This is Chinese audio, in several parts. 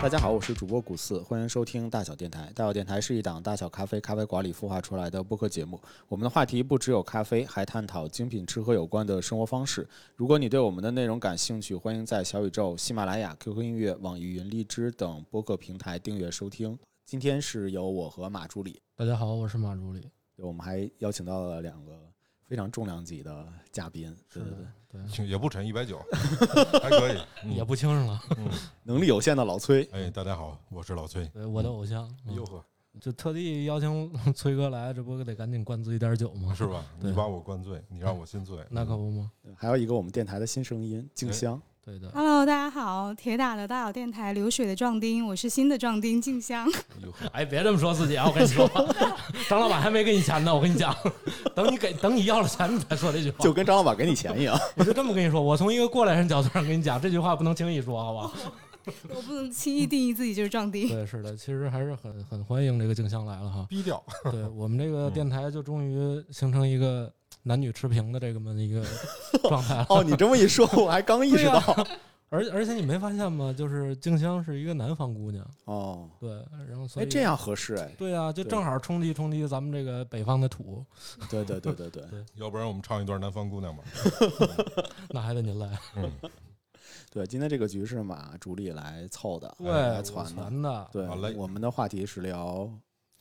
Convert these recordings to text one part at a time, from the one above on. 大家好，我是主播古四，欢迎收听大小电台。大小电台是一档大小咖啡咖啡馆里孵化出来的播客节目。我们的话题不只有咖啡，还探讨精品吃喝有关的生活方式。如果你对我们的内容感兴趣，欢迎在小宇宙、喜马拉雅、QQ 音乐、网易云、荔枝等播客平台订阅收听。今天是由我和马助理，大家好，我是马助理。我们还邀请到了两个非常重量级的嘉宾。对对对，对，挺也不沉，一百九， 还 可以。嗯也不清楚了。嗯能力有限的老崔，哎，大家好，我是老崔。对，我的偶像，嗯哟呵，就特地邀请 崔哥来，这不得赶紧灌自己点酒吗？是吧？对你把我灌醉，你让我心醉。 那可不吗？还有一个我们电台的新声音静香。对的， Hello，大家好，铁打的大小电台流水的壮丁，我是新的壮丁静香。 哟 呵，哎，别这么说自己啊！我跟你 说，张老板还没给你钱呢。我跟你讲， 等你给等你要了钱，你再说这句话。就跟张老板给你钱一样，我就这么跟你说，我从一个过来人角度上跟你讲，这句话不能轻易说，好吧？我不能轻易定义自己就是壮丁。 对，是的，其实还是很很欢迎这个静香来了哈。低调。对我们这个嗯电台就终于形成一个男女持平的这么一个 状态了。 哦，你这么一说，我还刚意识到。啊而而且你没发现吗？就是静香是一个南方姑娘， 哦，对，然后所哎，以这样合适哎。对啊，就对正好冲击冲击咱们这个北方的土，对对对对对。要不然我们唱一段《南方姑娘》吧。那还得您来，嗯，对，今天这个局是马主理来凑的，对，来我攒的。传的，对好嘞，我们的话题是聊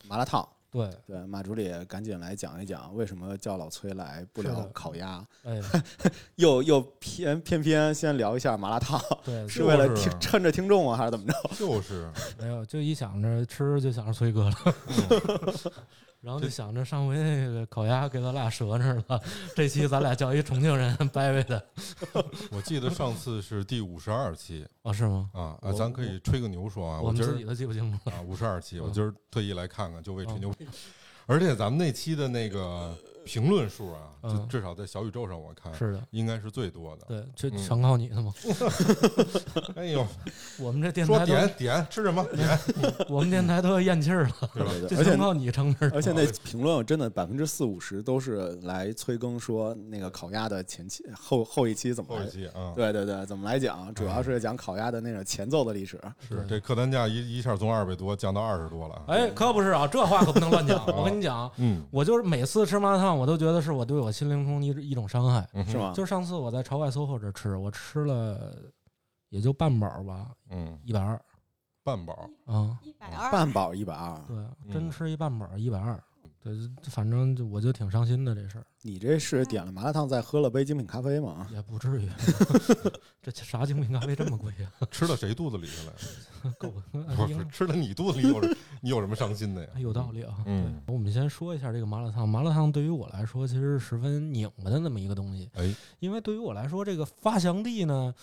麻辣烫。对，对，马主理赶紧来讲一讲，为什么叫老崔来不是聊的烤鸭，哎，又又偏偏偏先聊一下麻辣 烫，对，是为了就是听趁着听众啊，还是怎么着？就是没有，就一想着吃就想着崔哥了，然后就想着上回那个烤鸭给咱俩折那儿了，这期咱俩叫一重庆人掰掰的，我记得上次是第五十二期哦，是吗？啊，我啊，咱可以吹个牛说啊，我我们今自己儿都记不清楚了，啊五十二期，我嗯今儿特意来看看，就为吹牛。而且咱们那期的那个评论数啊，就嗯至少在小宇宙上我看是的。应该是最多的。对，这啊嗯全靠你的嘛。哎呦，我们这电说台点都，点吃什么点，我们电台都要咽气儿了，对吧？对对，啊这而且全靠你撑着。而且那评论真的百分之四五十都是来催更说那个烤鸭的前期后后一期怎么后来一期啊，对对对，怎么来讲，主要是讲烤鸭的那种前奏的历史。是对这客单价一一下从二百多降到二十多了。啊。哎，可不是啊，这话可不能乱 讲。我跟你讲，啊嗯，我就是每次吃麻辣烫，我都觉得是我对我心灵中的一一种伤害。嗯哼是？吗？就上次我在朝外 SOHO 这吃，我吃了也就半饱吧，嗯，一百二半饱，啊，一百二，半饱一百二，对，真吃一半饱一百二，对，就反正就我就挺伤心的这事儿，你这是点了麻辣烫，再喝了杯精品咖啡 吗？也不至于， 这啥精品咖啡这么贵啊呀、吃到谁肚子里去了？够不不应是吃到你肚子里有什，你有什么伤心的呀？哎有道理啊。嗯对，我们先说一下这个麻辣烫。麻辣烫对于我来说，其实是十分拧巴的那么一个东西。哎，因为对于我来说，这个发祥地呢，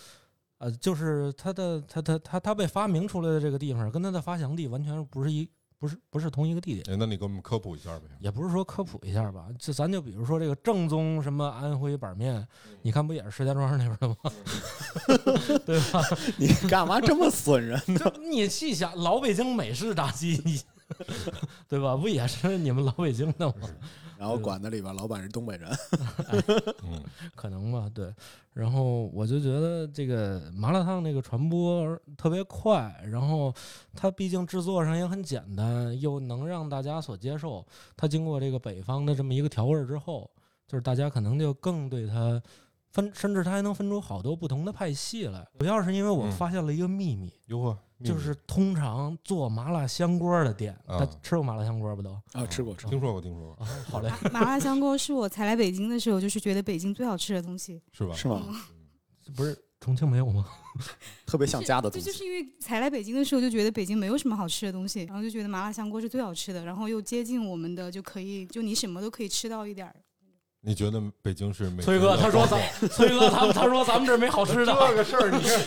呃，就是它的它它它它被发明出来的这个地方，跟它的发祥地完全不是一不是不是同一个地点。哎，那你给我们科普一下呗。也不是说科普一下吧，就咱就比如说这个正宗什么安徽板面，你看不也是石家庄那边的吗？对吧？你干嘛这么损 人？就你细想，老北京美式炸鸡，你对吧？不也是你们老北京的吗？然后馆子里边老板是东北人，嗯，可能吧，对。然后我就觉得这个麻辣烫这个传播特别快，然后它毕竟制作上也很简单，又能让大家所接受。它经过这个北方的这么一个调味儿之后，就是大家可能就更对它分，甚至它还能分出好多不同的派系来。主要是因为我嗯发现了一个秘密，哟呵，就是通常做麻辣香锅的店，啊他吃过麻辣香锅不都？啊，吃过吃过，嗯听说过，听说过，啊，哦好嘞，麻辣香锅是我才来北京的时候，就是觉得北京最好吃的东西。是吧？是嗯吗？ 不是重庆没有吗？ 特别像家的这东就西。是因为才来北京的时候就觉得北京没有什么好吃的东西，然后就觉得麻辣香锅是最好吃的，然后又接近我们的，就可以就你什么都可以吃到一点儿。你觉得北京是美？崔哥他说咱崔哥他他说咱们这儿没好吃的，这个事儿，你是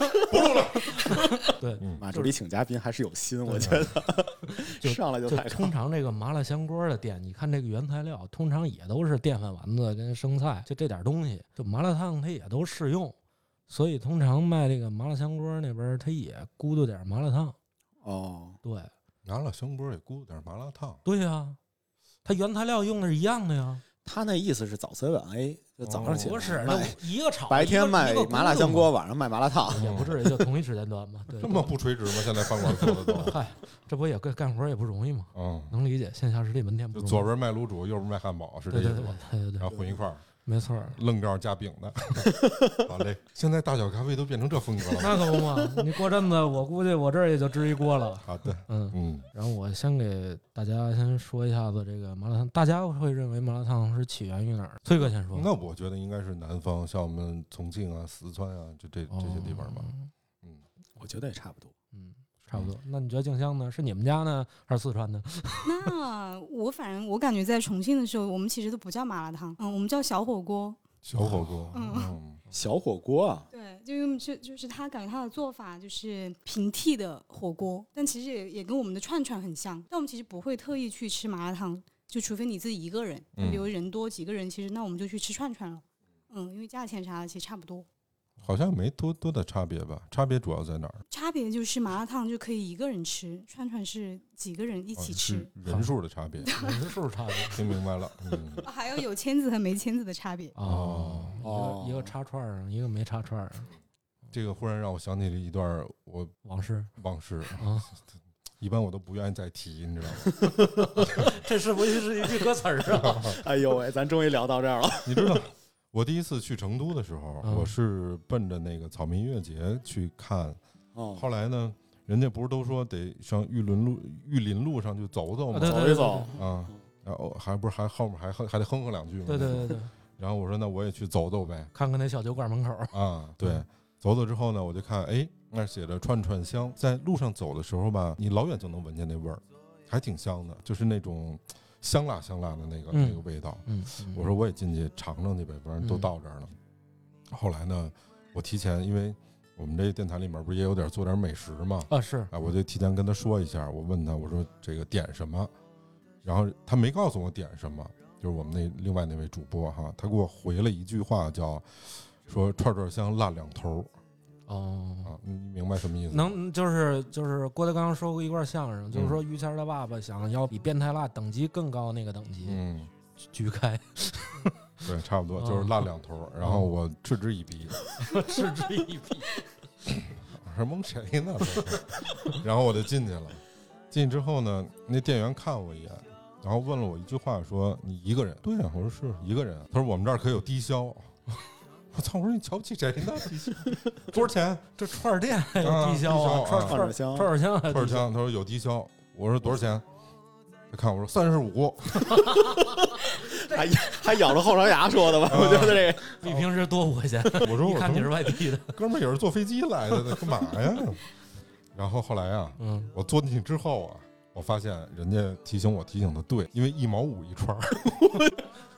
对。嗯马助理请嘉宾还是有心，我觉 就得上来就就抬杠通常这个麻辣香锅的店，你看这个原材料，通常也都是淀粉丸子跟生菜，就这点东西。就麻辣烫它也都适用，所以通常卖这个麻辣香锅那边儿，它也咕嘟点麻辣烫。哦。对，拿了香锅也咕噜点麻辣烫，对呀、它原材料用的是一样的呀。他那意思是早 seven A，就早上起来不是，那卖一个厂白天卖卖麻辣香，锅，晚上卖麻辣烫。一个一个工种也不至于就同一时间段吧？对， 这么不垂直吗？现在饭馆做 的都，嗨，这不也干干活也不容易吗？嗯，能理解，线下实体门店不就容易。左边卖卤煮，右边卖汉堡，是这对对意思对吧？对对然对，后混一块儿，没错儿。愣罩加饼的，好嘞。现在大小咖啡都变成这风格了。 那可不嘛，你过阵子我估计我这儿也就支一锅了。好的， 嗯，嗯，然后我先给大家先说一下子这个麻辣烫，大家会认为麻辣烫是起源于哪儿？崔哥先说吧。那我觉得应该是南方，像我们重庆啊、四川啊，就这这些地方吧哦。，嗯，我觉得也差不多。嗯，差不多。那你觉得静香呢？是你们家呢，还是四川的？那我反正我感觉在重庆的时候，我们其实都不叫麻辣烫，嗯，我们叫小火锅。小火锅，嗯嗯，小火锅啊，对，就因为就就是他感觉他的做法就是平替的火锅，但其实也也跟我们的串串很像，但我们其实不会特意去吃麻辣烫，就除非你自己一个人，嗯比如人多几个人，其实那我们就去吃串串了。嗯，因为价钱啥的其实差不多，好像没多多的差别吧？差别主要在哪儿？差别就是麻辣烫就可以一个人吃，串串是几个人一啊起吃，是人数的差别。人数差别。听明白了，嗯，哦还有有签子和没签子的差别。哦，哦一个一个插串儿，一个没插串儿，这个忽然让我想起了一段儿我往事往事，啊，一般我都不愿意再提，你知道吗？ 这是不是一句歌词儿啊？哎呦喂，咱终于聊到这儿了。你知道，我第一次去成都的时候，嗯我是奔着那个草莓音乐节去看，哦，后来呢，人家不是都说得上玉林路、玉林路上去走走吗？对走一走，啊，然后还不是还后面还哼还得哼哼两句吗？ 对对对对，然后我说那我也去走走呗，看看那小酒馆门口儿，啊，对，走走之后呢，我就看，哎，那儿写着串串香，在路上走的时候吧，你老远就能闻见那味儿，还挺香的，就是那种香辣香辣的那个、嗯那个味道。嗯，我说我也进去尝尝去呗，反正都嗯到这儿了。后来呢，我提前，因为我们这电台里面不是也有点做点美食嘛，啊是，啊，我就提前跟他说一下，我问他，我说这个点什么，然后他没告诉我点什么，就是我们那另外那位主播哈，他给我回了一句话叫，说串串香辣两头儿哦，啊，你明白什么意思吗？能就是就是郭德纲说过一段相声，嗯就是说于谦儿他爸爸想要比变态辣等级更高那个等级，嗯，举 开，对，差不多就是辣两头儿，然后我嗤之以鼻，嗤之以鼻。我说蒙谁呢？这是 然后我就进去了，进去之后呢，那店员看我一眼。然后问了我一句话，说你一个人？对啊呀、我说是一个人。他说我们这儿可有低消。 我操！我说你瞧不起谁呢？ 低消多少钱？这串儿店还有啊地销地串销啊串串串儿香串，儿香还有串儿地销，香，他说有低消，我说多少钱？他看我说三十五，还还咬着后槽牙说的吧？嗯我觉得这个比平时多五块钱。 我说一我看你是说外地 的，哥们儿也是坐飞机来的，干嘛 呀？然后后来啊，嗯，我坐进去之后啊，我发现人家提醒我提醒的对，因为一毛五一串儿，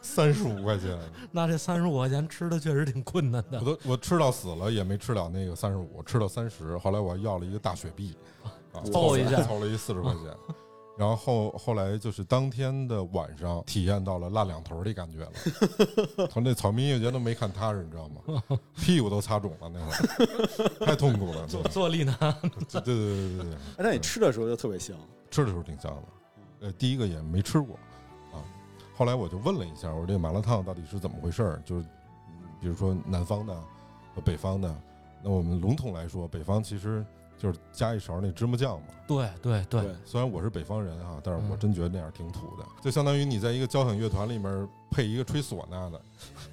三十五块钱，那这三十五块钱吃的确实挺困难我的。都我吃到死了也没吃了那个三十五，吃到三十，后来我还要了一个大雪碧，啊，凑一下凑了一四十块钱。然后后来就是当天的晚上，体验到了辣两头的感觉了。从那草莓音乐节都没看踏实，你知道吗？屁股都擦肿了那会儿，太痛苦了。对坐立难 对对对对对，哎那你吃的时候就特别香。吃的时候挺香的。呃，第一个也没吃过啊。后来我就问了一下，我说这麻辣烫到底是怎么回事儿？就是嗯比如说南方的和北方的，那我们笼统来说，北方其实就是加一勺那芝麻酱嘛。对对对，虽然我是北方人哈、但是我嗯真觉得那样挺土的，就相当于你在一个交响乐团里面配一个吹唢呐的，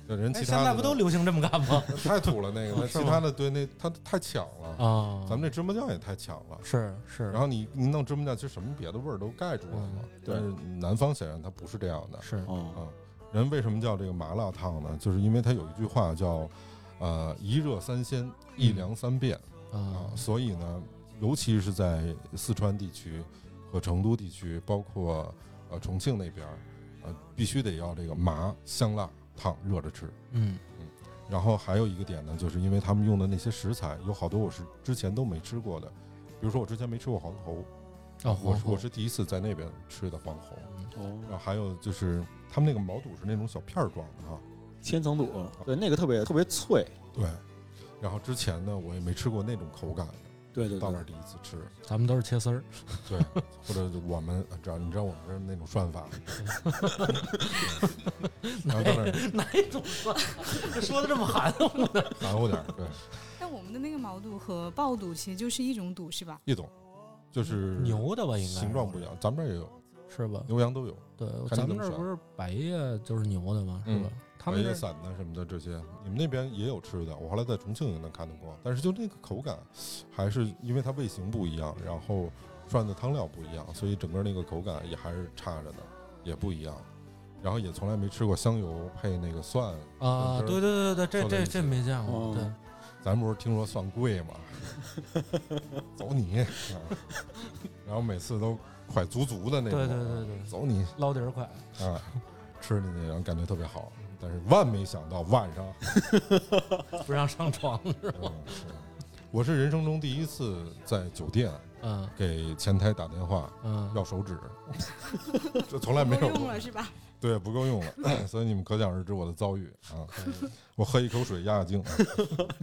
那人哎其现他的在不都流行这么干 吗？太土了 那个，那是吗其他的对那他太抢了，啊，咱们这芝麻酱也太抢了。是是，然后你你弄芝麻酱，其实什么别的味儿都盖住了嗯嘛。但是南方显然它不是这样的。是哦，人为什么叫这个麻辣烫呢？就是因为它有一句话叫，呃，一热三鲜，一凉三变、啊啊。，所以呢，尤其是在四川地区和成都地区，包括呃重庆那边儿，呃，必须得要这个麻香辣烫热着吃。嗯然后还有一个点呢，就是因为他们用的那些食材，有好多我是之前都没吃过的，比如说我之前没吃过黄啊，喉，我黄是喉我是第一次在那边吃的黄喉，嗯然哦，后还有就是他们那个毛肚是那种小片儿状的哈，千层肚，对，那个特别特别脆。对，然后之前呢我也没吃过那种口感的，对对到对那儿，第一次吃，咱们都是切丝儿，对，或者就我们知道，你知道我们这儿那种涮法，然后到那儿 哪种啊？说的这么 含糊呢？含糊点儿，对，但我们的那个毛肚和爆肚其实就是一种肚，是吧？一种就是牛的吧，应该嗯形状不一样，咱们这儿也有，是吧？牛羊都有，对，看咱你们怎这儿么选不是百叶就是牛的吗？是吧？他们嗯白这叶儿伞呐什么的这些，你们那边也有吃的，我后来在重庆也能看到过，但是就那个口感，还是因为它味型不一样，然后涮的汤料不一样，所以整个那个口感也还是差着呢，也不一样。然后也从来没吃过香油配那个蒜，啊，就对是对对对，这做的这一些这没见过，对嗯咱不是听说蒜贵 吗？走你！啊然后每次都快足足的那种，对对对对走你！捞底儿快，啊，吃进去然后感觉特别好，但是万没想到晚上，不让上 床。嗯是我是人生中第一次在酒店嗯给前台打电话嗯，要手 纸，这从来没够有用过了，是吧？对，不够用 了，所以你们可想而知我的遭遇啊！可以我喝一口水压压 惊，啊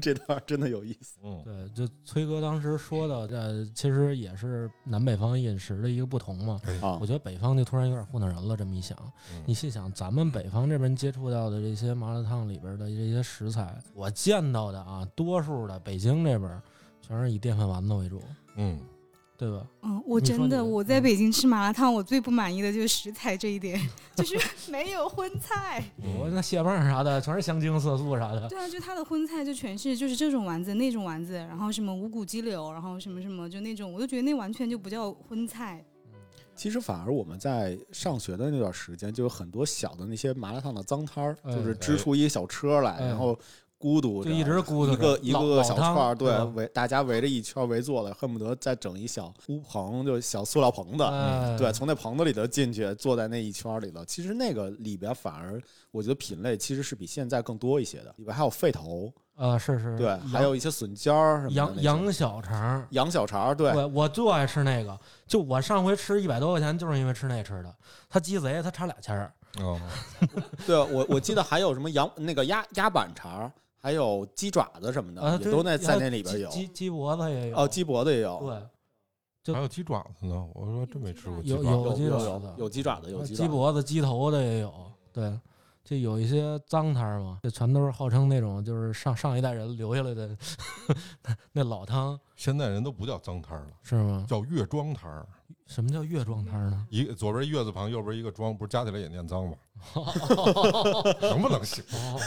这段真的有意思。嗯，对，就崔哥当时说的，呃，其实也是南北方饮食的一个不同嘛。哎啊我觉得北方就突然有点糊弄人了，这么一想，嗯你细想，咱们北方这边接触到的这些麻辣烫里边的这些食材，我见到的啊，多数的北京这边全是以淀粉丸子为主，嗯，对吧？嗯，我你说真你的的我在嗯北京吃麻辣烫，我最不满意的就是食材这一点， 就是没有荤 菜。嗯我那蟹棒啥的，全是香精色素啥的。对啊，就它的荤菜就全是就是这种丸子那种丸子，然后什么五谷鸡柳，然后什么什么就那种，我就觉得那完全就不叫荤菜。其实反而我们在上学的那段时间，就有很多小的那些麻辣烫的脏摊儿，哎就是支出一个小车来，哎然后咕嘟着就一直咕嘟啊一个着一老个老小汤串儿，对是吧，围大家围着一圈儿围坐了，恨不得再整一小屋棚，就小塑料棚子。哎嗯对，从那棚子里头进去，坐在那一圈儿里头。其实那个里边反而，我觉得品类其实是比现在更多一些的。里边还有肺头，啊，是是，对，羊还有一些笋尖儿什么的那些。羊羊小肠儿，羊小肠儿，对，我我就爱吃那个，就我上回吃一百多块钱，就是因为吃那吃的。他鸡贼，他差俩钱儿，哦，对我我记得还有什么羊那个鸭鸭板肠儿，还有鸡爪子什么的，啊，也对都那还在那里边鸡有。鸡鸡脖子也有哦，鸡脖子也有，对就还有鸡爪子呢，我说真没吃过鸡有爪有子，鸡有爪有子有鸡爪子，有呃鸡鸡爪子。脖子、鸡头的也有，对，就有一些脏摊儿嘛，这全都是号称那种就是上上一代人留下来的 那老汤现在人都不叫脏摊儿了，是吗？叫月庄摊儿，什么叫月庄摊儿呢？一个左边一月字旁，右边一个庄，不是加起来也念脏吗？ 能不能行？哦，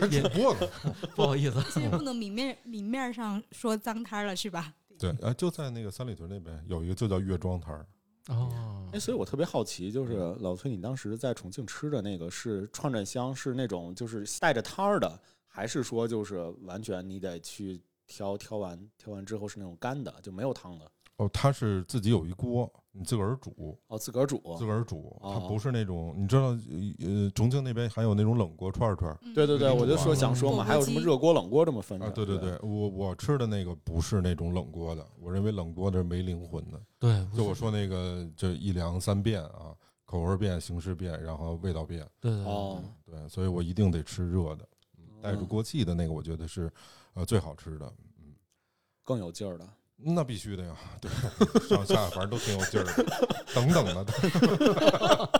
还 也主播 呢？不好意思，所以不能明面明面上说脏摊儿了，是吧？对，啊，就在那个三里屯那边有一个就叫月庄摊儿，哦哎，，所以我特别好奇，就是嗯老崔，你当时在重庆吃的那个是串串香，是那种就是带着摊儿的，还是说就是完全你得去挑挑完挑完之后是那种干的，就没有汤的？哦，他是自己有一锅，你自个儿煮，哦，自个儿煮。自个儿煮，它哦不是那种你知道，呃，重庆那边还有那种冷锅串儿串儿对对对，自己我就煮说啊想说嘛，火还有锅什么鸡热锅、冷锅这么分的啊，对对对对，我我吃的那个不是那种冷锅的，我认为冷锅的是没灵魂的，对，就我说那个就一凉三变啊，口味变、形式变，然后味道变，对对对哦，嗯对，所以我一定得吃热的，带着锅气的那个，我觉得是呃最好吃的。更有劲儿 的。那必须的呀，对，上下反正都挺有劲儿的，等等的，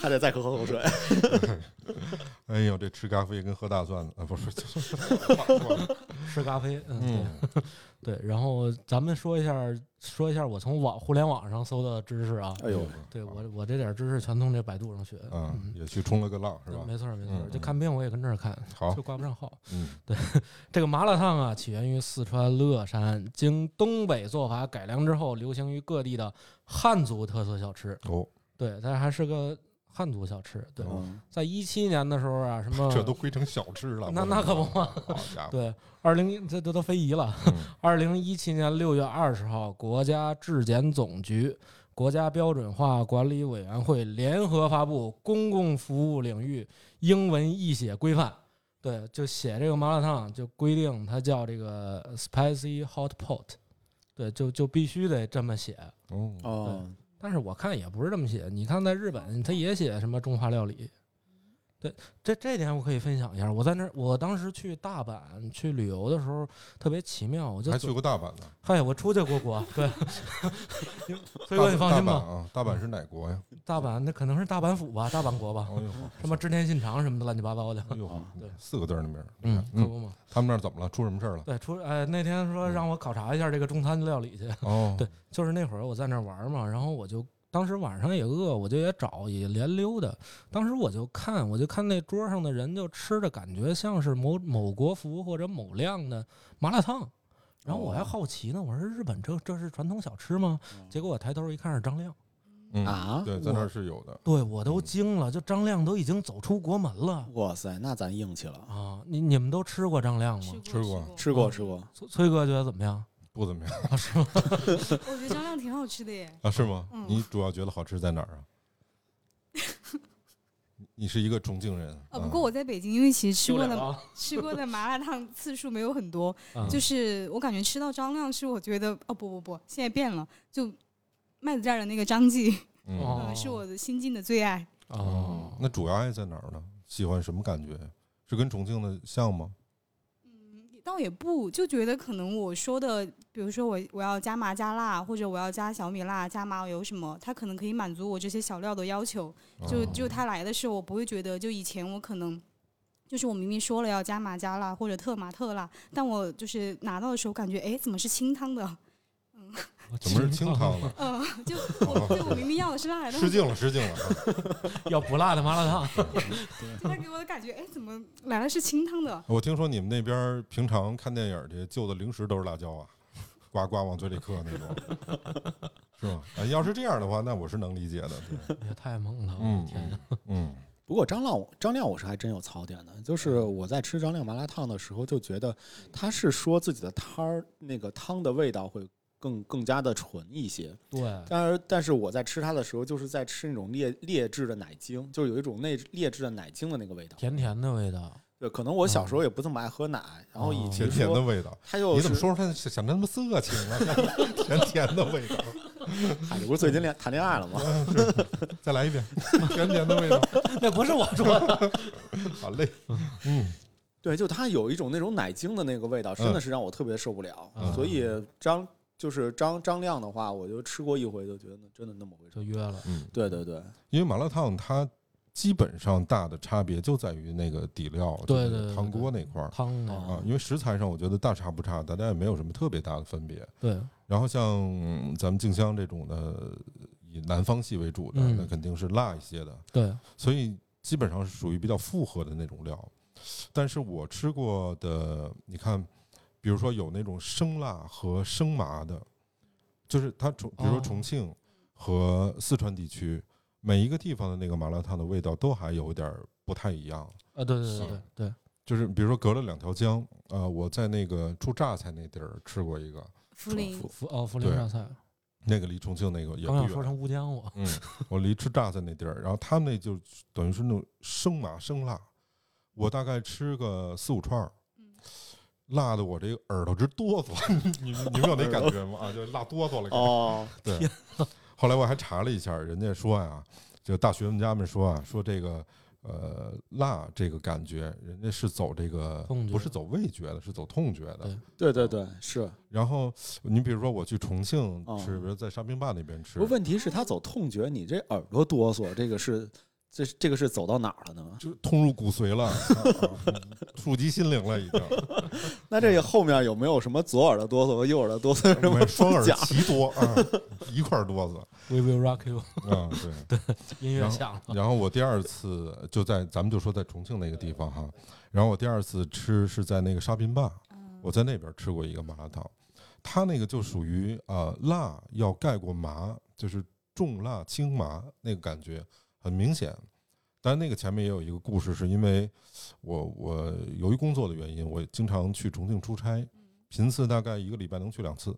还得再喝口水。 哎呦，这吃咖啡跟喝大蒜啊，不是，就是是咖啡，嗯，对。嗯，对，然后咱们说一下，说一下我从网互联网上搜到的知识啊。哎呦，对我我这点知识全从这百度上学。啊嗯，，嗯也去冲了个浪是对吧？没错儿没错儿，嗯这嗯看病我也跟这儿看，好就，挂不上号。嗯，这个麻辣烫啊，起源于四川乐山，经东北做法改良之后，流行于各地的汉族特色小吃。哦，对，它还是个汉族小吃。对，哦嗯在一七年的时候啊，什么 这都归啊成小吃了，那我的那可不嘛妈，好家伙，对，二零这这都非遗了。嗯二零一七年六月二十号，国家质检总局、国家标准化管理委员会联合发布《公共服务领域英文译写规范》。对，就写这个麻辣烫，就规定它叫这个 spicy hot pot。对，就就必须得这么写。哦，哦，但是我看也不是这么写，你看在日本，它也写什么中华料理，这这点我可以分享一下。我在那儿，我当时去大阪去旅游的时候，特别奇妙，我就还走去过大阪呢。嗨，我出去过国，对，所以大说你阪放大心阪吧，嗯啊，大阪是哪国呀？大阪那可能是大阪府吧，大阪国吧哎，呦，好什么织田信长什么的乱七八糟的，哎呦 对，四个字儿的名儿。你嗯看， 可嗯，不嘛。他们那儿怎么了？出什么事儿了？对，出哎那天说让我考察一下这个中餐料理去，哦，对，就是那会儿我在那儿玩儿嘛，然后我就当时晚上也饿，我就也找也连溜达。当时我就看，我就看那桌上的人就吃的感觉像是某某国服或者某亮的麻辣烫。然后我还哦好奇呢，我说日本这这是传统小吃吗？结果我抬头一看是张亮，嗯啊对，在我那儿是有的。对我都嗯惊了，就张亮都已经走出国门了哇塞，那咱硬气了，啊！你你们都吃过张亮吗？吃过过，吃过吃 过，崔崔哥觉得怎么样？不怎么样啊，是吗？我觉得张亮挺好吃的耶。啊？是吗？嗯你主要觉得好吃在哪 儿啊？你是一个重庆人啊呃，不过我在北京，因为其实吃过嗯丢脸了的啊吃过的麻辣烫次数没有很多，嗯就是我感觉吃到张亮是我觉得哦不不不，现在变了，就麦子店儿的那个张记，嗯哦呃，是我的新晋的最爱。哦，那主要爱在哪儿呢？喜欢什么感觉？是跟重庆的像吗？倒也不就觉得可能我说的，比如说我我要加麻加辣，或者我要加小米辣、加麻油什么，它可能可以满足我这些小料的要求。就哦就它来的时候，我不会觉得就以前我可能。就是我明明说了要加麻加辣或者特麻特辣，但我就是拿到的时候感觉，哎，怎么是清汤的？ 哦怎么是清汤呢？嗯、就 我就我明明要的 是辣的，但失是敬了，失敬了啊。要不辣的麻辣 烫。它给我的感觉，哎，怎么来的是清汤的？我听说你们那边儿平常看电影儿去，就的零食都是辣椒啊，呱呱往嘴里嗑那种，是吧？啊，要是这样的话，那我是能理解的。对，也太猛了，我嗯的天啊呀！嗯，不过张亮，张亮我是还真有槽点的，就是我在吃张亮麻辣烫的时候，就觉得他是说自己的摊儿那个汤的味道会更更加的纯一些，对，但是但是我在吃它的时候，就是在吃那种劣劣质的奶精，就是有一种那劣质的奶精的那个味道。甜甜的味道，对，可能我小哦时候也不怎么爱喝奶，然后以及甜甜的说味道。它又哦你怎么是说出来想那么色情啊？甜甜的味道，嗯嗨，哎这不是最近恋谈恋爱了吗？再来一遍，甜甜的味道，那不是我说 的。好嘞。嗯，对，就它有一种那种奶精的那个味道，真的是让我特别受不了。嗯所以张就是张张亮的话，我就吃过一回，就觉得真的那么回事就。约了，对对对，嗯因为麻辣烫它基本上大的差别就在于那个底料，就对是对对汤锅那块儿汤啊，哦啊。因为食材上我觉得大差不差，大家也没有什么特别大的分别。对，然后像嗯咱们静香这种的，以南方系为主的，嗯那肯定是辣一些的，对，所以基本上是属于比较复合的那种料。但是我吃过的，你看，比如说有那种生辣和生麻的，就是它重，比如说哦重庆和四川地区，每一个地方的那个麻辣烫的味道都还有点儿不太一样。啊，对对对是对对，就是比如说隔了两条江，啊，我在那个住榨菜那地儿吃过一个，涪陵福福哦，福林对榨菜，那个离重庆那个也不刚想远，说成乌江 我，嗯，我离吃榨菜那地儿，然后他们那就等于是那种生麻生辣，我大概吃个四五串儿嗯，辣的我这个耳朵直哆嗦， 你们你们有那感觉吗？啊，就辣哆嗦了。哦，对，后来我还查了一下，人家说呀，就大学问家们说啊，说这个呃辣这个感觉，人家是走这个痛觉不是走味觉的，是走痛觉的对。对对对，是。然后你比如说我去重庆哦吃，比如在沙坪坝那边吃不，过问题是他走痛觉，你这耳朵哆嗦，这个是这这个是走到哪儿了呢？就痛入骨 髓了，啊啊触及心灵了已经。那这个后面有没有什么左耳朵哆嗦和右耳朵哆嗦什我么们双耳讲？齐多啊，一块儿哆嗦 We Will Rock You 啊，对。音乐响了，然后我第二次就在咱们就说在重庆那个地方哈，然后我第二次吃是在那个沙坪坝，嗯我在那边吃过一个麻辣烫，它那个就属于啊辣要盖过麻，就是重辣轻麻那个感觉很明显。但那个前面也有一个故事，是因为我我由于工作的原因，我经常去重庆出差，频次大概一个礼拜能去两次，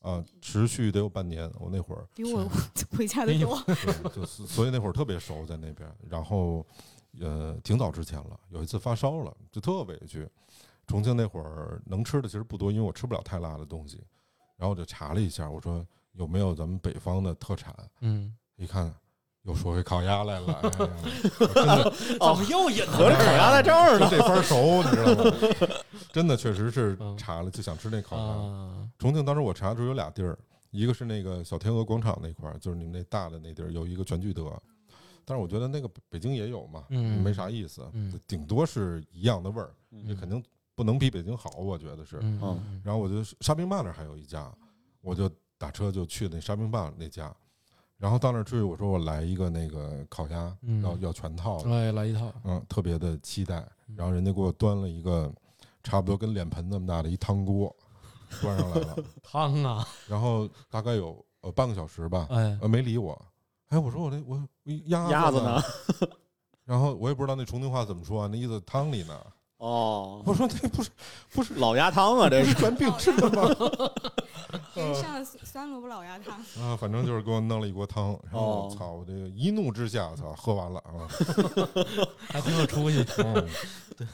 啊，持续得有半年。我那会儿比我 回家哎的呦多。 对，就是所以那会儿特别熟在那边，然后呃挺早之前了，有一次发烧了，就特委屈。重庆那会儿能吃的其实不多，因为我吃不了太辣的东西，然后我就查了一下，我说有没有咱们北方的特产，嗯，一看又说回烤鸭来了，哎呀 我真的怎么又引到哦合着烤鸭在这儿就呢。这番熟，你知道吗？ 真的确实是嗯查了，就想吃那烤鸭。啊？重庆当时我查的时候有俩地儿，一个是那个小天鹅广场那块儿，就是你们那大的那地儿有一个全聚德，但是我觉得那个北北京也有嘛，嗯没啥意思，嗯顶多是一样的味儿，嗯肯定不能比北京好，我觉得是。嗯哦嗯然后我就沙冰坝那儿还有一家，我就打车就去那沙冰坝那家，然后到那儿去，我说我来一个那个烤鸭，嗯要要全套的，哎，来一套，嗯，特别的期待。嗯然后人家给我端了一个差不多跟脸盆那么大的一汤锅，端上来了。汤啊，然后大概有呃半个小时吧，嗯哎，呃没理我。哎，我说我这我我鸭鸭子呢呢？？然后我也不知道那重庆话怎么说啊，那意思汤里呢。 哦，我说那不是不是老鸭汤啊，这不是是。咱病吃的吗？ 给你上了酸酸萝卜老鸭汤，啊，反正就是给我弄了一锅汤，然后我哦操，我这个一怒之下，操，喝完了啊， 还挺有出息，嗯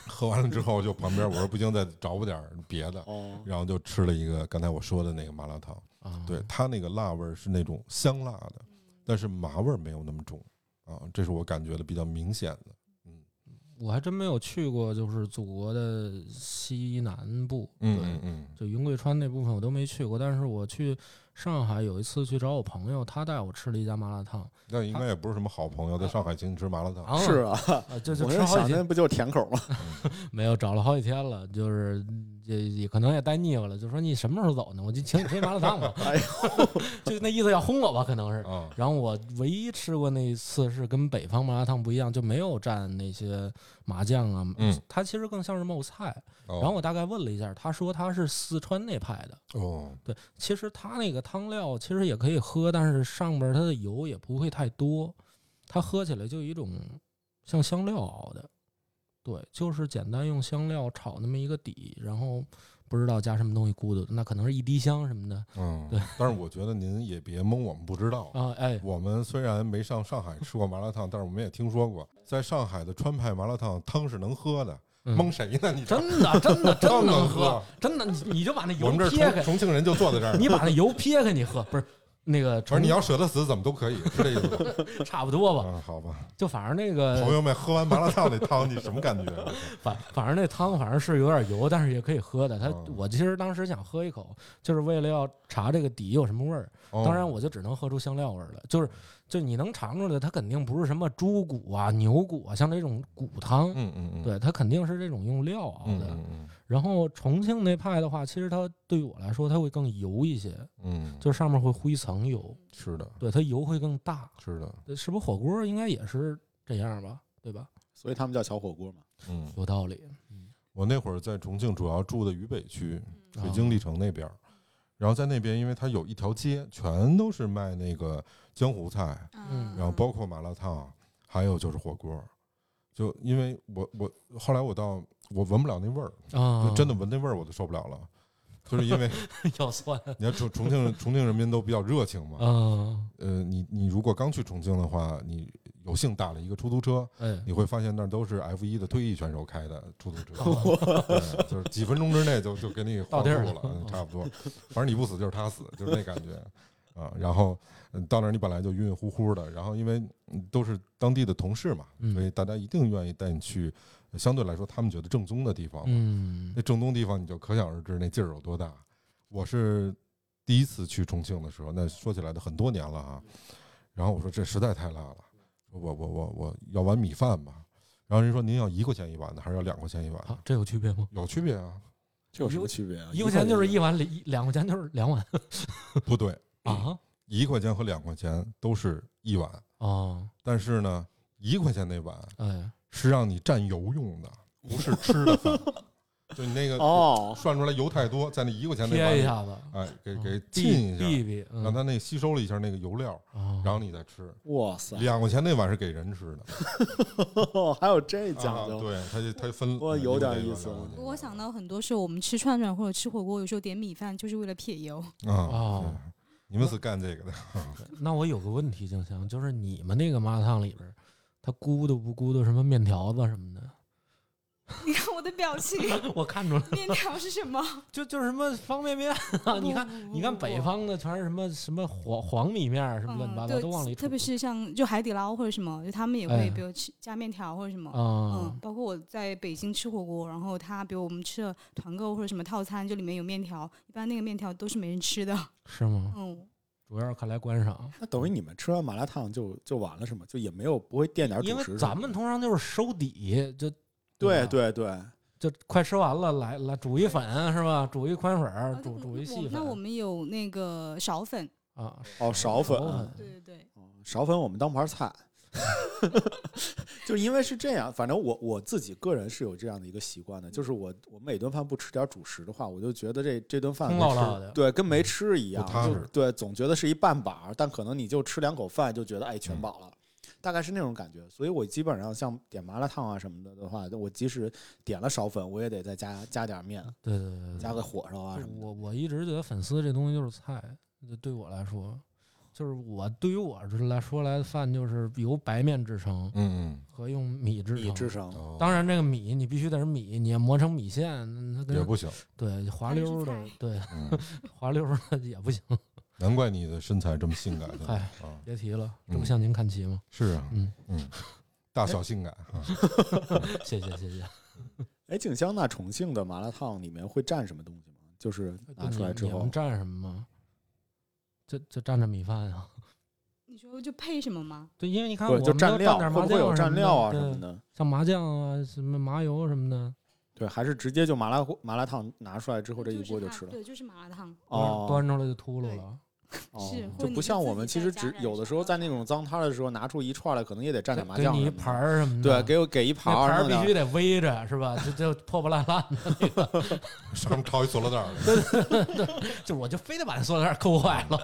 喝完了之后就旁边我说不行，再找我点儿别的，哦，然后就吃了一个刚才我说的那个麻辣烫，啊对，它那个辣味儿是那种香辣的，嗯但是麻味儿没有那么重啊，这是我感觉的比较明显的。我还真没有去过，就是祖国的西南部，对，嗯嗯就云贵川那部分我都没去过，但是我去上海有一次去找我朋友，他带我吃了一家麻辣烫，嗯，那应该也不是什么好朋友，在上海请你吃麻辣烫，啊是啊，啊，就就我吃就好几想那天，不就是甜口吗？没有找了好几天了，就是嗯也也可能也待腻歪了，就说你什么时候走呢？我就请你吃一麻辣烫 吧，哎呦，就那意思要轰我吧，可能是。啊，然后我唯一吃过那一次是跟北方麻辣烫不一样，就没有蘸那些麻酱啊，嗯，它其实更像是冒菜。然然后我大概问了一下，他说他是四川那派的。哦，对，其实它那个汤料其实也可以喝，但是上边儿它的油也不会太多，它喝起来就有一种像香料熬的，对，就是简单用香料炒那么一个底，然后不知道加什么东西咕嘟，那可能是一滴香什么的嗯对，但是我觉得您也别蒙我们不知道。啊，哎，我们虽然没上上海吃过麻辣烫，但是我们也听说过，在上海的川派麻辣烫汤是能喝的，嗯蒙谁 呢？你真的真 的汤真能能喝喝，真的你你就把那我油们这儿撇重开，重庆人就坐在这 儿，你把那油撇开你喝，不是那个不是重你要舍得死怎么都可以，是这意 思吧？差不多吧，嗯，好吧，就反正那个朋友们喝完麻辣烫那汤，你什么感 觉？反反正那汤反正是有点油，但是也可以喝的。它哦我其实当时想喝一口，就是为了要查这个底有什么味儿。哦当然我就只能喝出香料味儿了，就是就你能尝出来，它肯定不是什么猪骨啊、牛骨啊，像这种骨汤。嗯嗯嗯，对，它肯定是这种用料熬嗯，的。嗯嗯然后重庆那派的话，其实它对于我来说，它会更油一些，嗯，嗯就是上面会灰层油，是的，对，它油会更大。是的，对是不是火锅应该也是这样吧？对吧？所以他们叫小火锅嘛。嗯，有道理。我那会儿在重庆，主要住的渝北区，啊北嗯京历城那边儿。然后在那边，因为它有一条街，全都是卖那个江湖菜，嗯然后包括麻辣烫，还有就是火锅儿。就因为我我后来我到我闻不了那味儿，啊就，真的闻那味儿我都受不了了，就是因为 要酸。你看重重庆重庆人民都比较热情嘛，啊，呃，你你如果刚去重庆的话，你有幸打了一个出租车，哎，你会发现那儿都是 F 一的退役选手开的出租车，哦对就是几分钟之内就就给你到晃地住儿了了，哦嗯差不多。反正你不死就是他死，就是那感觉啊。然后嗯到那儿你本来就晕晕乎乎的，然后因为嗯都是当地的同事嘛，嗯所以大家一定愿意带你去呃相对来说他们觉得正宗的地方。嗯那，正宗地方你就可想而知那劲儿有多大。我是第一次去重庆的时候，那说起来的很多年了啊。然后我说这实在太辣了，我我我我要碗米饭吧。然后人说您要一块钱一碗的，还是要两块钱一碗的好，？这有区别吗？有区别啊？ 这有什么区别啊？呃一块钱就是一碗，一两块钱就是两 碗不对，啊一块钱和两块钱都是一碗，哦，但是呢，一块钱那碗哎，是让你蘸油用的，不是吃的 饭。就你那个哦，涮出来油太多，在那一块钱那碗贴一里，下子，哎，给给啊浸避一下，避，嗯哦让它那吸收了一下那个油料，然然后你再吃。哇塞，两块钱那碗是给人吃的， 还有这讲啊究。对，它就它就分，哇呃有点一意碗思两块钱不过嗯我想到很多是我们吃串串或者吃火锅，有时候点米饭就是为了撇油。 啊哦，是你们是干这个的，那我有个问题，静香，就是你们那个麻辣烫里边儿，它咕嘟不咕嘟什么面条子什么的？你看我的表情， 我看出来，面条是什么？就就是什么方便面啊， 你看不你看北。不不方的全是什么什么黄黄米面儿什么乱七八嗯，糟对，都往里特别杵是像就海底捞或者什么，就他们也哎会，比如吃加面条或者什么，啊嗯，，包括我在北京吃火锅，然后他比如我们吃了团购或者什么套餐，就里面有面条，一般那个面条都是没人吃的。是吗？嗯，主要是看来观赏，那等于你们吃完麻辣烫就就完了是吗？就也没有不会垫点主因食是为吗？咱们通常就是收底，就对吧对对，就快吃完了，来来煮一粉是吧？煮一宽粉儿，啊煮对煮一我细粉。那我们有那个勺粉，啊，哦，勺粉，对对对，勺嗯粉我们当盘菜， 就是因为是这样，反正我我自己个人是有这样的一个习惯的，就是我我每顿饭不吃点主食的话，我就觉得这这顿饭空没落吃落的嗯对，跟没吃一样，不踏就实对，总觉得是一半饱儿，但可能你就吃两口饭就觉得哎全嗯饱了。大概是那种感觉，所以我基本上像点麻辣烫啊什么的的话，我即使点了勺粉，我也得再加加点面，对对对嗯对加个火烧啊对，什么的。我我一直觉得粉丝这东西就是菜，就对我来说，就是我对于我这来说来饭就是由白面制成嗯和用米制成。米制成嗯，，哦当然，这个米你必须得是米，你要磨成米线，那也跟不行，对滑还是溜儿的菜，对嗯，滑溜儿的也不行。难怪你的身材这么性感，现在哎啊，别提了，这不嗯向您看齐吗？是啊，嗯，嗯，大小性感啊，谢谢谢谢。哎，静香，那重庆的麻辣烫里面会蘸什么东西吗？就是呃拿呃对出来你之你后们，蘸什么吗？就就蘸着米饭啊。 你说就配什么吗？对，因为你看，我对，们就都蘸料，蘸点会麻不会有酱蘸料啊什什么么的，对的？像麻酱啊、什么麻油什么的，对，还是直接就麻辣锅麻辣烫拿出来之后，这一是锅就它吃了。对，就是麻辣烫。哦，端出来就秃噜对了。哦是或就者不你像就我自们己其再实加只点有的什时候么在那种脏摊儿的时候拿出一串来，可能也得蘸点麻给酱。你一盘，儿什么对，的，给我给一盘那盘儿，儿弄必须点得围着是吧？就就破破烂烂的，上面套一塑料袋儿，就我就非得把那塑料袋儿抠坏了。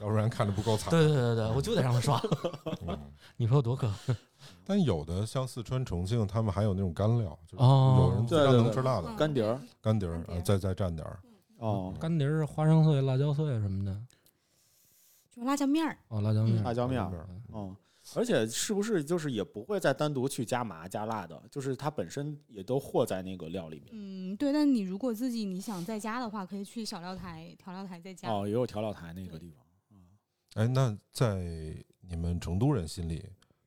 要不然看着不够惨。对对对对，我就得让他刷。嗯 你说有多可？但有的像四川、重庆，他们还有那种干料，就是哦有人非对常对能对吃辣的嗯干碟儿。干碟儿干，碟呃儿再再蘸点儿。哦，干碟儿、花生碎、辣椒碎什么的。就辣椒面儿，哦，辣椒嗯面儿，辣椒面儿辣椒面儿嗯，而且是不是就是也不会再单独去加麻加辣的，就是它本身也都和在那个料里面。嗯，对。但你如果自己你想在家的话，可以去小料台、调料台再加。哦，也有调料台那个地方。哎，那在你们成都人心里，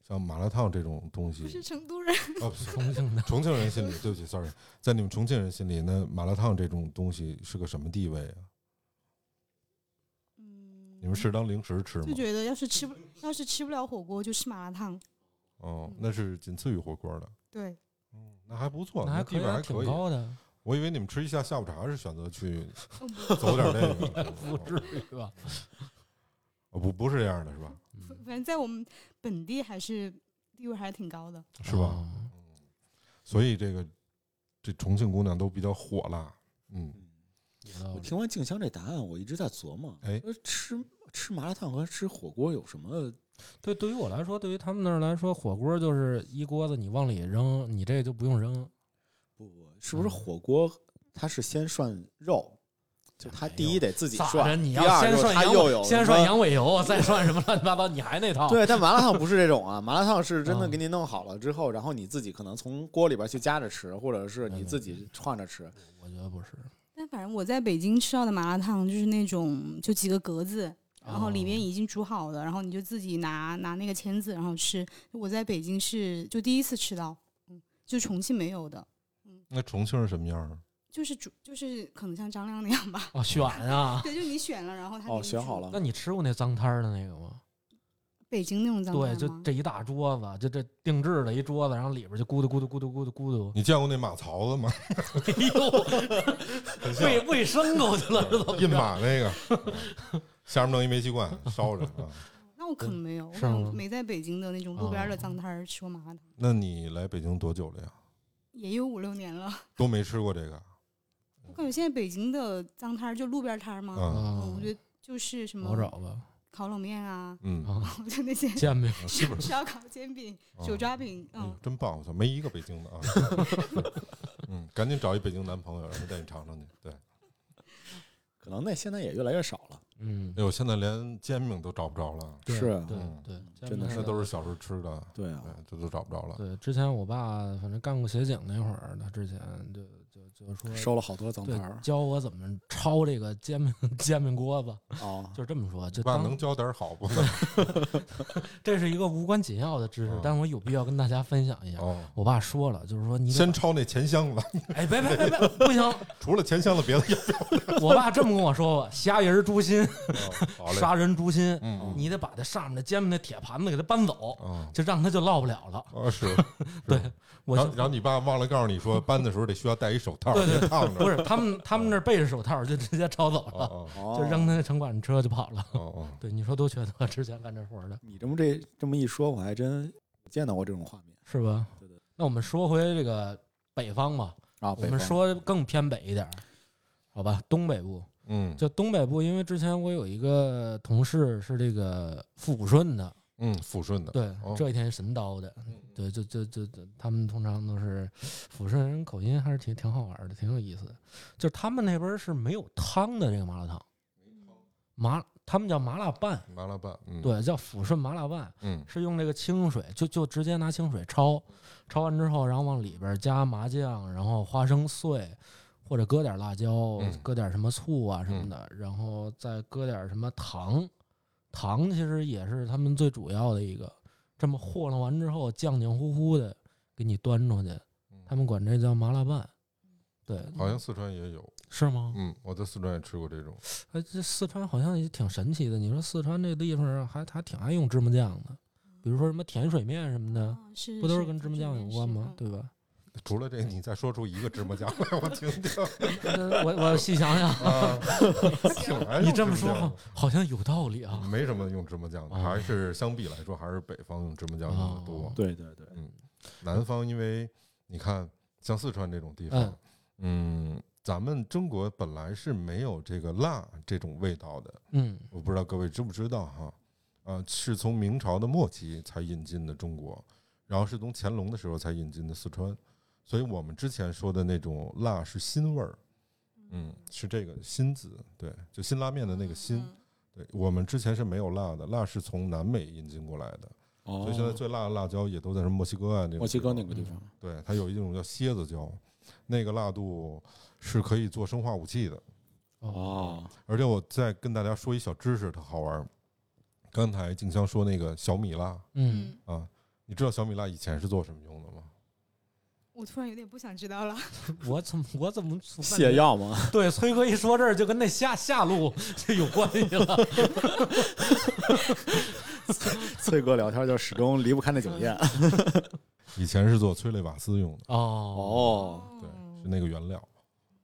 像麻辣烫这种东不是西，成 都人，哦，不是重庆的。重庆人心里，对不起，sorry，在你们重庆人心里，那麻辣烫这种东西是个什么地位啊？嗯，你们是当零食吃就吗？觉得要是吃不要是吃不了火锅，就吃麻辣烫。哦，那是仅次于火锅的。对，嗯，那还不错，那还地可以位还啊，可挺以。高的，我以为你们吃一下下午茶是选择去嗯不走点那 个，不至于吧？嗯哦不不是这样的，是吧？反正在我们本地还是地位还是挺高的。是吧？哦？所以这个这重庆姑娘都比较火辣，嗯，嗯有道我理听完静香这答案，我一直在琢磨，哎说吃吃麻辣烫和吃火锅有什么？对，对于我来说，对于他们那儿来说，火锅就是一锅子，你往里扔，你这就不用扔。不嗯不，是不是火锅它是先涮肉，就它第一得自己咋着？涮，你第要二先就是涮它羊又有尾，先什涮么羊尾油，再涮什么乱七八糟，你还那套。 对，但麻辣烫不是这种啊，麻辣烫是真的嗯给你弄好了之后，然后你自己可能从锅里边去夹着吃，或者是嗯你嗯自己串着吃。我觉得不是，但反正我在北京吃到的麻辣烫就是那种就几个格子，然后里面哦已经煮好了，然后你就自己拿拿那个签子然后吃。我在北京是就第一次吃到，嗯，就重庆没有的，那重庆是什么样儿？啊就是煮就是可能像张亮那样吧， 哦选啊。对，就你选了，然后他给哦，你选煮好了嗯那。你吃过那脏摊儿的那个吗？北京那种脏对，饭就吗？这一大桌子，就这定制的一桌子，然后里边就咕嘟咕嘟咕嘟咕嘟咕嘟，你见过那马槽子吗？哎 很呦，像喂喂牲口去了，是怎么印着？马那个，下面弄一煤气罐烧着啊。那我可能没有，我是可吗能没在北京的那种路边哦的脏摊儿吃过麻辣烫，那你来北京多久了呀？也有五六年了。 都没吃过这个我感觉现在北京的脏摊儿就路边摊儿哦嘛，啊？嗯，我嗯，觉得就是什我找么吧，烤冷面啊， 嗯，啊，就那些见没有？基本 烧烤、煎饼、哦手抓饼，嗯，啊哎真棒！我操，没一个北京的 啊。嗯，赶紧找一北京男朋友，让他带你尝尝去。对，哎可能那现在也越来越少了。嗯哎，，我现在连煎饼都找不着了。对是啊对嗯对，柬真的埔是那寨都是小时候吃的，对啊对，，这都找不着了。对，之前我爸反正干过协警那会儿，他之前就就就说收了好多脏牌嗯对儿教我怎么抄这个煎饼煎饼锅子，哦，就这么说。就爸当能教点好不？这是一个无关紧要的知识，嗯但我有必要跟大家分享一下。哦，我爸说了，就是说你得先把抄那钱箱子，哎，别别别别，不行！除了钱箱子，别的也 我爸这么跟我说过：虾仁诛心，哦好嘞。杀人诛心，嗯，嗯你得把这上面的煎饼那铁盘子给它搬走，嗯，就让他就落不了了。哦是。 我然就后然后你爸忘了告诉你说，搬的时候得需要戴一手套，对对别烫 着。不是他们他们那儿背着手套就直接抄走了，哦哦就扔他那城管车就跑了。哦哦对，你说多缺德！ 之前干这活儿的你这么这这么一说，我还真见到过这种画面是吧对对？那我们说回这个北方吧，啊。我北们方说更偏北一点儿，好吧？东北部，嗯就东北部，因为之前我有一个同事是这个富补顺的，嗯，抚顺的。对哦，这一天神叨嗯的，对，就就就就他们通常都是抚顺人口音，还是挺挺好玩的，挺有意思的。就是他们那边是没有汤的这个麻辣烫，麻他们叫麻辣拌，麻辣拌，嗯，，对，叫抚顺麻辣拌，嗯是用这个清水，就就直接拿清水焯，焯完之后，然后往里边加麻酱，然后花生碎，或者搁点辣椒嗯，搁点什么醋啊什么的，然后再搁点什么糖，糖其实也是他们最主要的一个。这么和弄完之后，酱酱乎乎的给你端出去，他们管这叫麻辣拌，对，嗯好像四川也有，是吗？嗯，我在四川也吃过这种，哎，这四川好像也挺神奇的。你说四川这地方还还挺爱用芝麻酱的，比如说什么甜水面什么嗯的。啊是不都是嗯是嗯嗯跟芝麻酱有关吗？？对吧？除了这，你再说出一个芝麻酱来，我听 听。呃我我细想想，啊， 挺难你用这么芝说麻酱好 好像有道理的啊。没什么用芝麻酱的，哦还是相比来说，还是北方用芝麻酱用的多哦。对对对，南方因为你看，像四川这种地嗯方，嗯，咱们中国本来是没有这个辣这种味道的，嗯，我不知道各位知不知道哈，啊，是从明朝的末期才引进的中国，然后是从乾隆的时候才引进的四川，所以我们之前说的那种辣是辛味儿，嗯，是这个辛字，对，就辛拉面的那个辛，嗯对，我们之前是没有辣的，辣是从南美引进过来的，哦所以现在最辣的辣椒也都在什么墨西哥啊那种地方，墨西哥那个地方，对，它有一种叫蝎子椒，那个辣度是可以做生化武器的。嗯哦，而且我再跟大家说一小知识，它好玩儿。刚才静香说那个小米辣嗯，嗯，啊，你知道小米辣以前是做什么用的吗？我突然有点不想知道了。嗯我怎么我怎 么泻？药吗？对，崔哥一说这儿就跟那下下路 就有关系 了。翠哥聊天就始终离不开那酒店。以前是做催泪瓦斯用的，哦， 哦，对，嗯是那个原料，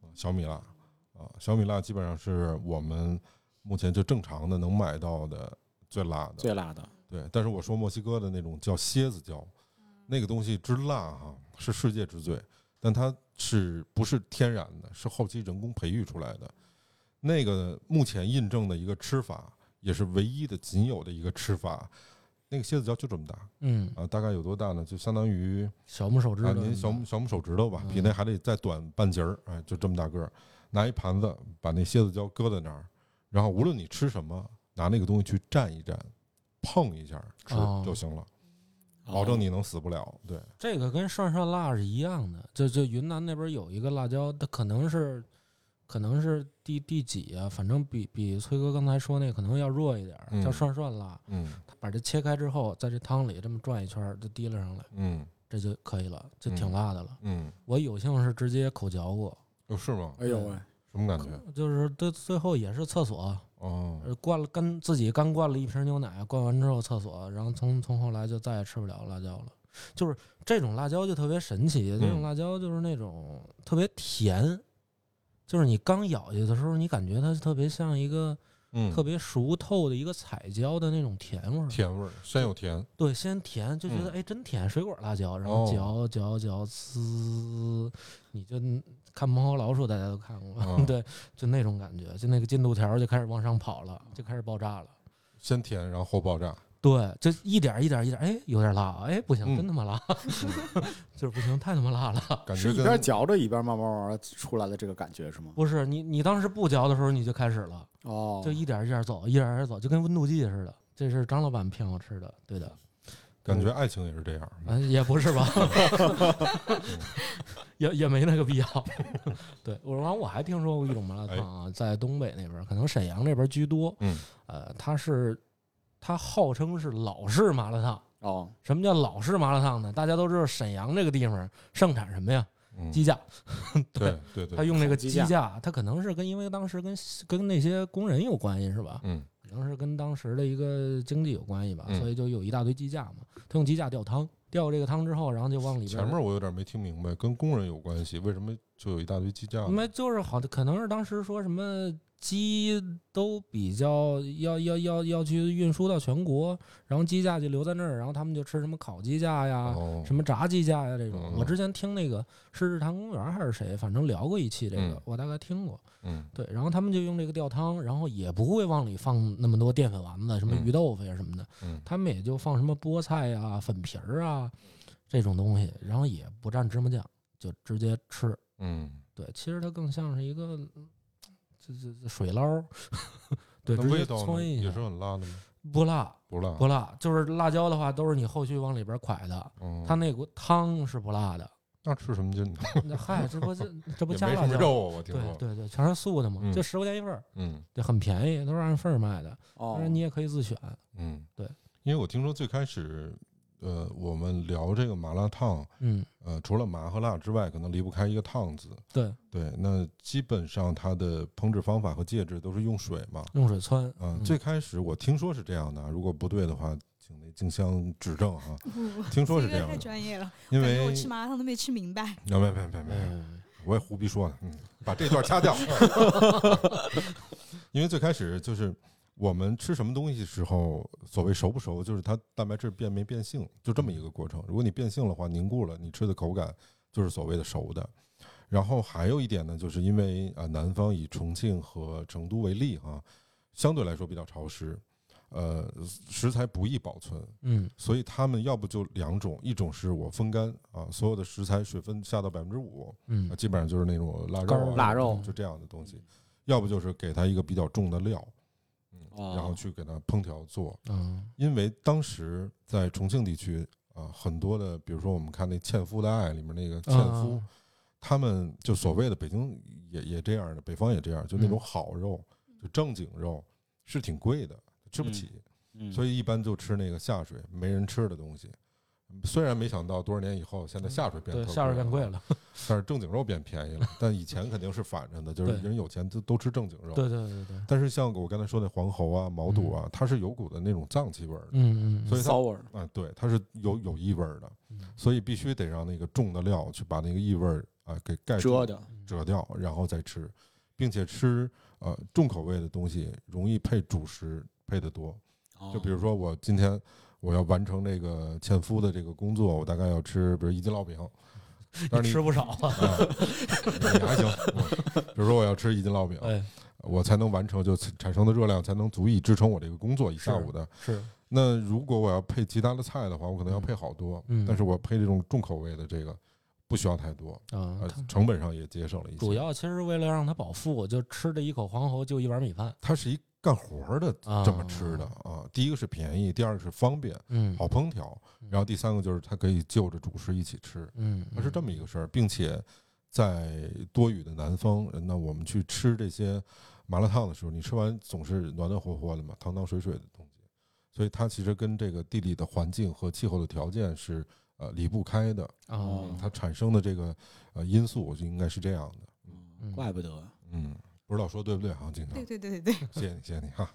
啊小米辣啊，小米辣基本上是我们目前就正常的能买到的最辣的，最辣的对。但是我说墨西哥的那种叫蝎子椒，那个东西之辣哈、是世界之最，但它是不是天然的，是后期人工培育出来的。那个目前印证的一个吃法，也是唯一的、仅有的一个吃法。那个蝎子椒就这么大嗯，啊，大概有多大呢？就相当于小拇手指啊，头，您小拇小拇手指头吧，嗯比那还得再短半截儿，哎，就这么大个儿。拿一盘子把那蝎子椒搁在那儿，然后无论你吃什么，拿那个东西去蘸一蘸，碰一下吃哦就行了，保证你能死不了。对，这个跟涮涮辣是一样的，就就云南那边有一个辣椒，它可能是可能是第第几啊，反正比比崔哥刚才说那可能要弱一点儿，嗯叫涮涮辣。嗯它把这切开之后，在这汤里这么转一圈儿，就滴了上来，嗯这就可以了，就嗯挺辣的了。嗯，我有幸是直接口嚼过，哦，是吗？哎呦喂，什么感觉？就是最最后也是厕所，哦，呃灌了干自己干灌了一瓶牛奶，灌完之后厕所，然后从从后来就再也吃不了辣椒了。就是这种辣椒就特别神奇，这种嗯辣椒就是那种特别甜，就是你刚咬下去的时候，你感觉它特别像一个嗯，特别熟透的一个彩椒的那种甜味儿，甜味儿，先有甜，对，先甜就觉得嗯哎真甜，水果辣椒，然后哦嚼嚼嚼滋，你就看《猫和老鼠》，大家都看过，嗯 对，就那种感觉，就那个进度条就开始往上跑了，就开始爆炸了。嗯先甜，然后后爆炸。对，就一点儿一点儿一点儿，哎，有点辣，哎，不行，嗯真他妈辣， 就是不行，太他妈辣了。感是觉一边跟嚼着一边慢慢慢慢出来的这个感觉是吗？不是你，你当时不嚼的时候你就开始了，哦就一点儿一点儿走，一点儿一点儿走，就跟温度计似的，这是张老板骗我吃的，对的。感觉爱情也是这样。嗯、也不是 吧，也也没那个 必要。对，我完我还听说过一种麻辣烫哎啊，在东北那边，可能沈阳这边居多。嗯，呃，它是它号称是老式麻辣烫。哦，什么叫老式麻辣烫呢？大家都知道沈阳这个地方盛产什么呀？嗯，鸡架。对对他对，用那个烤鸡鸡架架，他可能是跟因为当时跟跟那些工人有关系是吧？嗯可能是跟当时的一个经济有关系吧，嗯所以就有一大堆鸡架嘛。他用鸡架吊汤，吊这个汤之后，然后就往里边前儿。面我有点没听明白，跟工人有关系，为什么就有一大堆鸡架呢？那就是好的，可能是当时说什么鸡都比较要要要要去运输到全国，然后鸡架就留在那儿，然后他们就吃什么烤鸡架呀，哦，啊什么炸鸡架呀这种。嗯我之前听那个是日坛公园还是谁，反正聊过一期这个，嗯我大概听过。嗯对，然后他们就用这个吊汤，然后也不会往里放那么多淀粉丸子，什么嗯鱼豆腐呀什么的，嗯他们也就放什么菠菜呀、粉皮儿啊这种东西，然后也不蘸芝麻酱，就直接吃。嗯，对，其实它更像是一个嗯这这这水捞儿， 对，那直接味道呢汆一也下是，啊很辣的吗？不辣不辣，不辣，就是辣椒的话都是你后续往里边儿蒯的，哦，它那股汤是不辣的。 那吃什么劲呢？那嗨，这不这这不也加没辣什么椒肉，啊，我听对说。对对，全是素的嘛，嗯就十块钱一份儿，嗯对，很便宜，都是按份儿卖的。哦当，然你也可以自选。嗯，对，因为我听说最开始，呃，我们聊这个麻辣烫，嗯，呃，除了麻和辣之外，可能离不开一个烫字。对，对，那基本上它的烹制方法和介质都是用水嘛。用水汆。嗯，最开始我听说是这样的啊，如果不对的话，请那静香指正啊。听说是这样太的，专业了，因感觉为我吃麻辣烫都没吃 明白。啊，没没没没，嗯，我也胡逼说呢，嗯，把这段掐掉。 因为最开始就是我们吃什么东西时候，所谓熟不熟，就是它蛋白质变没变性，就这么一个过程。如果你变性的话，凝固了，你吃的口感就是所谓的熟的。然后还有一点呢，就是因为啊，南方以重庆和成都为例啊，相对来说比较潮湿，呃，食材不易保存，嗯所以他们要不就两种，一种是我风干啊，所有的食材水分下到百分之五，啊，嗯基本上就是那种腊肉干啊、儿腊肉就这样的东西，要不就是给它一个比较重的料，嗯，然后哦去给它烹调做。嗯因为当时在重庆地区啊，很多的，比如说我们看那《纤夫的爱》里面那个纤夫，啊他们就所谓的北京也也这样的，北方也这样，就那种嗯好肉，就正经肉是挺贵的，吃不嗯起，嗯所以一般就吃那个下水没人吃的东西。嗯虽然没想到多少年以后，现在下水变对，特下边变贵了。了。但是正经肉变便宜了，但以前肯定是反着的，就是对人有钱就都吃正经肉。对对对对，但是像我刚才说那黄喉啊、毛肚啊，它是有股的那种脏气味儿的，嗯嗯，所以它 sour 啊，对，它是有有异味儿的，嗯所以必须得让那个重的料去把那个异味儿啊给盖住遮的，遮掉，然后再吃，并且吃呃重口味的东西容易配主食配的多，哦就哦比如说我今天我要完成这个纤夫的这个工作，我大概要吃比如一斤烙饼，但是 你你吃不少 啊。啊，也还行。嗯比如说我要吃一斤烙饼，哎，我才能完成，就产生的热量才能足以支撑我这个工作一下午的。是，那如果我要配其他的菜的话，我可能要配好多，嗯但是我配这种重口味的这个不需要太多，嗯呃，它成本上也节省了一些。主要其实为了让它饱腹，就吃这一口黄喉就一碗米饭它是一干活儿的啊，这么吃的啊，第一个是便宜，第二个是方便，嗯，好烹调，嗯，然后第三个就是它可以就着主食一起吃。嗯，哦它是这么一个事儿，并且在多雨的南方，呃那我们去吃这些麻辣烫的时候，你吃完总是暖暖和和的嘛，汤汤水水的东西，所以它其实跟这个地理的环境和气候的条件是呃离不开的，啊，哦它产生的这个呃因素就应该是这样的，嗯嗯怪不得嗯。不知道说对不对啊，经常对对对对对， 谢谢你，谢谢你哈。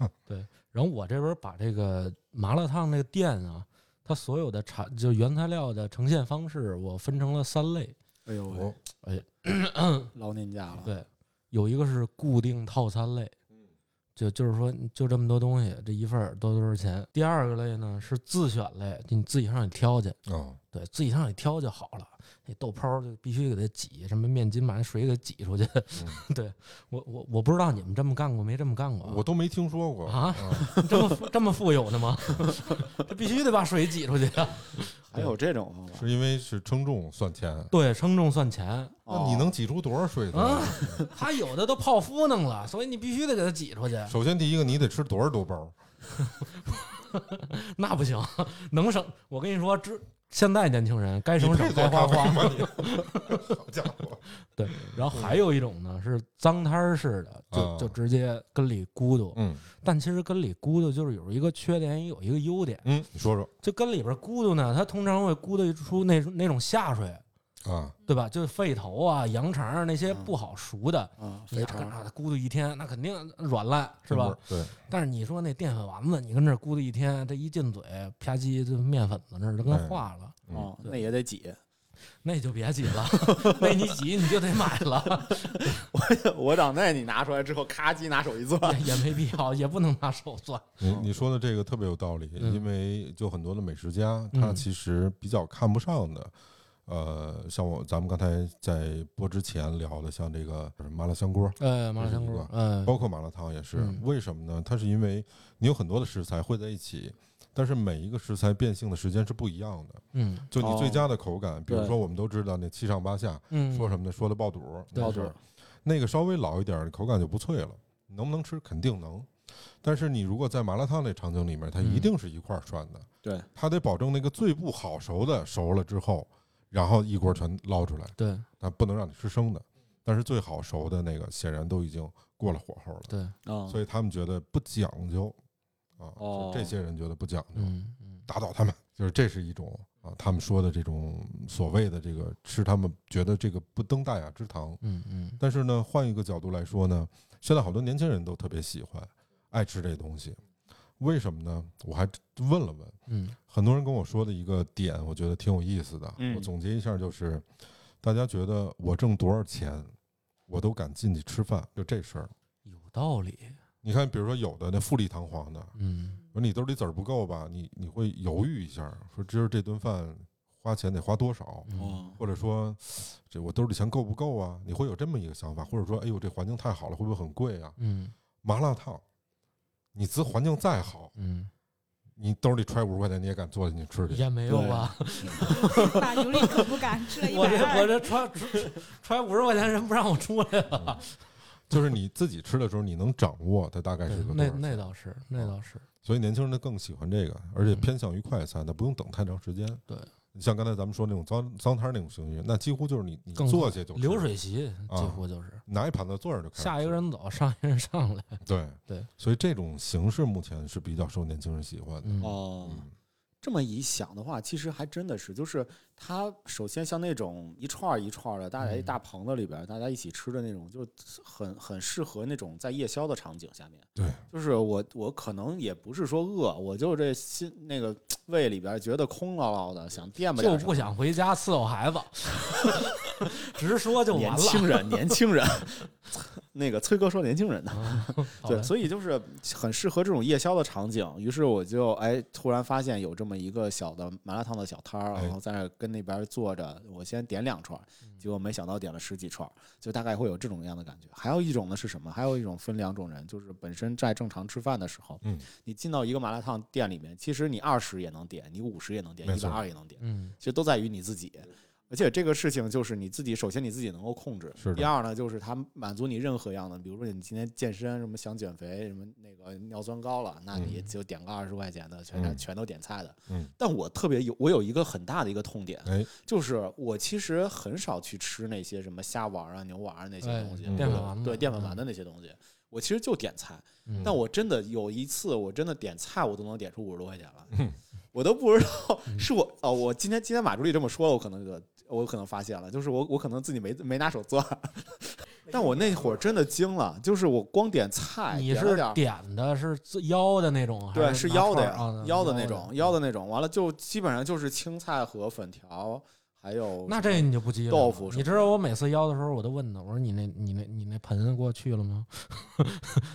然后我这边把这个麻辣烫那个店啊，它所有的产就原材料的呈现方式，我分成了三类。哎呦喂哦，劳您家啊了，对，有一个是固定套餐类，嗯就就是说就这么多东西，这一份儿多多少钱。第二个类呢是自选类，就你自己上去挑去，哦，对自己上去挑就好了。那豆泡儿就必须给它挤，什么面筋把那水给挤出去。 对我我我不知道你们这么干过没这么干过啊，嗯我都没听说过啊这么富这么富有呢吗？ 这必须得把水挤出去啊！ 还有这种方法是因为是称重算钱。对，称重算钱，那哦你能挤出多少水啊呢？它有的都泡芙弄了，所以你必须得给它挤出去。啊首先第一个，你得吃多少多包？那不行，能省。我跟你说，这现在年轻人该你省配省，做该咖花啡花。吗你？ 好家伙！对，然后还有一种呢是脏摊儿式的，就啊就直接跟里咕嘟。嗯但其实跟里咕嘟就是有一个缺点，也有一个优点。嗯，你说说就跟里边咕嘟呢，它通常会咕嘟出那那种下水，啊，对吧？就是肺头啊、羊肠啊那些嗯不好熟的，哎啊，你肥要肠跟那咕嘟一天，那肯定软烂，是吧？？对，但是你说那淀粉丸子，你跟这儿咕嘟一天，这一进嘴，啪叽，这面粉子那儿都跟哎化了，嗯哦，那也得挤。 那就别挤了， 那你挤你就得买了，我长那你拿出来之后，咔叽拿手一攥，也也没必要，也不能拿手做。你嗯你说的这个特别有道理，嗯因为就很多的美食家，嗯他其实比较看不上的，呃，像我咱们刚才在播之前聊的，像这个麻辣香锅，呃，麻辣香锅，嗯、包括麻辣烫也是，嗯为什么呢？它是因为你有很多的食材汇在一起，但是每一个食材变性的时间是不一样的。嗯就你哦最佳的口感，比如对说我们都知道那七上八下，嗯，说什么呢？说的爆肚，对那是对那个稍微老一点儿，口感就不脆了。能不能吃？肯定能。但是你如果在麻辣烫那场景里面，它嗯一定是一块儿涮的，对，它得保证那个最不好熟的熟了之后，然后一锅全捞出来，对它不能让你吃生的。但是最好熟的那个显然都已经过了火候了，对，嗯，所以他们觉得不讲究啊，哦就这些人觉得不讲究，嗯嗯打倒他们，就是这是一种啊，他们说的这种所谓的这个吃他们觉得这个不登大雅之堂，嗯嗯，但是呢，换一个角度来说呢，现在好多年轻人都特别喜欢爱吃这东西，为什么呢？我还问了问，嗯很多人跟我说的一个点，我觉得挺有意思的。嗯我总结一下，就是大家觉得我挣多少钱，我都敢进去吃饭，就这事儿。有道理，你看，比如说有的那富丽堂皇的，嗯说你兜里子儿不够吧，你你会犹豫一下，说今儿这顿饭花钱得花多少，嗯哦或者说这我兜里钱够不够啊？你会有这么一个想法，或者说，哎呦，这环境太好了，会不会很贵啊？嗯麻辣烫，你资环境再好，嗯，你兜里揣五十块钱，你也敢坐进去吃去？也没有 吧？马尤里可不敢吃了一我这百我二。这揣揣揣五十块钱人不让我出来了，嗯就是你自己吃的时候，你能掌握它大概是个多嗯那少那钱。倒是，那倒是，所以年轻人他更喜欢这个，而且偏向于快餐，他不用等太长时间。嗯对，像刚才咱们说那种脏脏摊儿那种行为，那几乎就是你你更坐下就吃流水席啊几乎就是。拿一盘子坐着就开始下一个吃人走，上一个人上来。对对，所以这种形式目前是比较受年轻人喜欢的。嗯，哦，嗯这么一想的话，其实还真的是，就是它首先像那种一串儿一串儿的，大家一嗯大棚子里边儿，大家一起吃的那种，就是很很适合那种在夜宵的场景下面。对，就是我我可能也不是说饿，我就这心那个胃里边儿觉得空落落的，想垫吧点就儿什么不想回家伺 候孩子，直说就完年了。轻 人，年轻人， 那个崔哥说年轻人呢。啊好 对，嘞所以就是很适合这种夜宵的场景。于是我就哎，突然发现有这么一个小的麻辣烫的小摊儿，哎嗯然后在那儿跟那边儿坐着，我先点两串儿，结果没想到点了十几串儿，就大概会有这种样的感觉。还有一种呢是什么？还有一种分两种人，就是本身在正常吃饭的时候，嗯，你进到一个麻辣烫店里面，其实你二十也能点，你五十也能点，没一错百二也能点，嗯其实都在于你自己。而且这个事情就是你自己，首先你自己能够控制是的，第二呢，就是它满足你任何样的，比如说你今天健身，什么想减肥，什么那个尿酸高了，那你嗯就点个二十块钱的，全嗯全都点菜的。嗯，但我特别有，我有一个很大的一个痛点，哎，就是我其实很少去吃那些什么虾丸啊、牛丸啊那些哎东西，淀对粉丸子对淀粉丸嗯的那些东西，我其实就点菜。嗯，但我真的有一次，我真的点菜，我都能点出五十多块钱来，嗯 我都不知道嗯是我哦。我今天今天马助理这么说，我可能个我可能发现了，就是我我可能自己没没拿手做，但我那会儿真的惊了，就是我光点菜，你点了是点儿点的是自腰的那种，对还是是拿腰的串儿呀啊，腰的那种腰的那种，完了就基本上就是青菜和粉条，还有那什么这你就不记得了豆腐什么的你知道我每次腰的时候，我都问他，我说你那你那你那盆给我去了吗？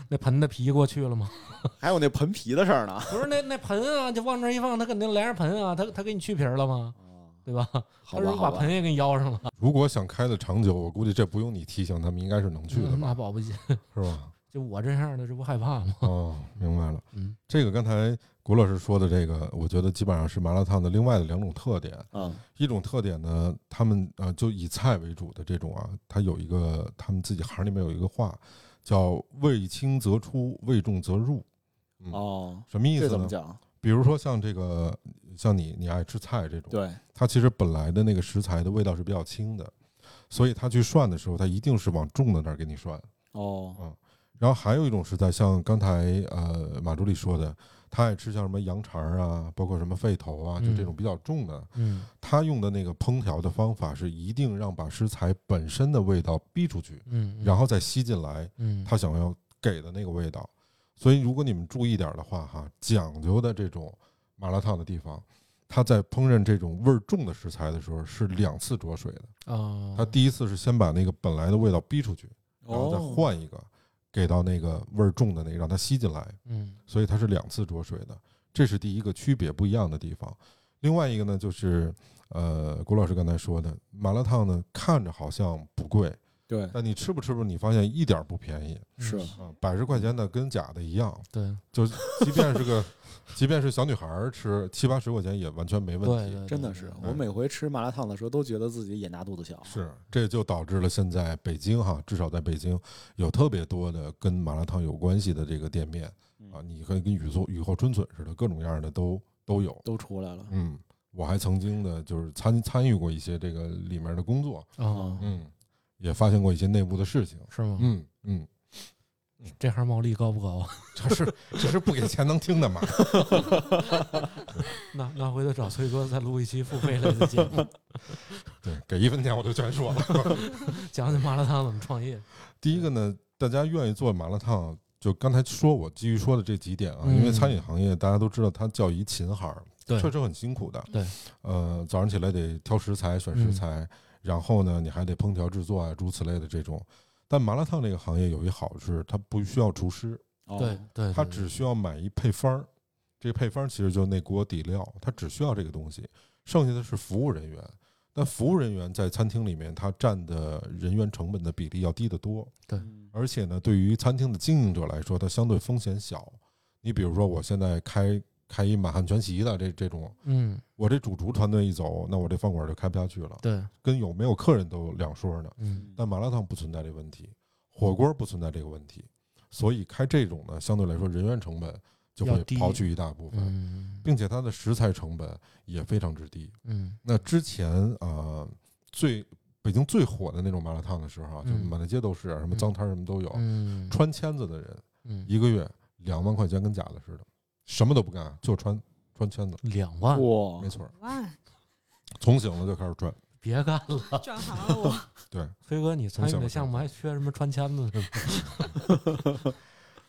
那盆的皮给我去了吗？ 还有那盆皮的事儿呢，不是那那盆啊，就往这一放，他肯定连着盆啊，他他给你去皮儿了吗？ 对吧？好他如吧果好把吧盆，也给你腰 上了，如果想开的长久，我估计这不用你提醒，他们应该是能去的嗯那吧，保不齐嗯是 吧？就我这样的，这不害怕吗？哦，明白了。嗯，这个刚才谷老师说的这个，我觉得基本上是麻辣烫的另外的两种特点。嗯一种特点呢，他们呃就以菜为主的这种啊，它有一个他们自己行里面有一个话，叫“味轻则出，味重则入”。嗯哦，什么意这思怎么呢？讲？比如说像这个，像你你爱吃菜这种，对，它其实本来的那个食材的味道是比较轻的，所以它去涮的时候，它一定是往重的那儿给你涮。哦，然后还有一种食材，像刚才呃马助理说的，他爱吃像什么羊肠儿啊，包括什么肺头啊，就这种嗯比较重的，嗯他用的那个烹调的方法是一定让把食材本身的味道逼出去，嗯，然后再吸进来嗯，他想要给的那个味道。所以如果你们注意点儿的话，哈，讲究的这种麻辣烫的地方，它在烹饪这种味儿重的食材的时候是两次着水的。哦，它第一次是先把那个本来的味道逼出去，然后再哦，换一个，给到那个味儿重的那个，让它吸进来。嗯所以它是两次着水的，这是第一个区别不一样的地方。另外一个呢，就是呃，郭老师刚才说的麻辣烫呢，看着好像不贵，对，但你吃不吃不，你发现一点儿不便宜是嗯啊，百十块钱的跟假的一样，对就即便是个， 即便是小女孩儿吃七八十块钱也完全没问对题。对，真的对是对，我每回吃麻辣烫的时候都觉得自己眼大肚子小。嗯是，这就导致了现在北京哈，至少在北京有特别多的跟麻辣烫有关系的这个店面嗯啊，你可以跟雨后雨后春笋似的，各种各样的都都有。都出来了，嗯，我还曾经的就是参参与过一些这个里面的工作，哦，嗯，也发现过一些内部的事情，是吗？嗯嗯，这行毛利高不高？啊这是这是不给钱能听的吗？那那回头找崔哥再录一期付费类的节 目， 对，给一分钱我就全说了。讲讲麻辣烫怎么创业。第一个呢，大家愿意做麻辣烫，就刚才说我继续说的这几点啊，嗯因为餐饮行业大家都知道它叫一琴行儿，对确实很辛苦的。对，嗯呃，早上起来得挑食材、选食材，然后呢，你还得烹调制作啊，诸此类的这种。但麻辣烫这个行业有一好是，它不需要厨师，哦对对，他对只需要买一配方儿，这配方儿其实就是那锅底料，他只需要这个东西，剩下的是服务人员。但服务人员在餐厅里面，他占的人员成本的比例要低得多，嗯而且呢，对于餐厅的经营者来说，它相对风险小。你比如说，我现在开开一满汉全席的这这种，嗯，我这主厨团队一走，那我这饭馆就开不下去了，对，跟有没有客人都两说呢。嗯但麻辣烫不存在这个问题，火锅不存在这个问题，所以开这种呢，相对来说人员成本就会要低刨去一大部分，嗯并且它的食材成本也非常之低。嗯，那之前啊、呃最北京最火的那种麻辣烫的时候啊，就嗯满大街都是，什么嗯脏摊儿什么都有，嗯穿签子的人嗯一个月两万块钱跟假的似的，什么都不干就穿穿签子，两万，哇没，错儿，哇，从醒了就开始穿，别干了。转行了我。对，崔哥，你参与从小的就项目还缺什么穿签子是吗？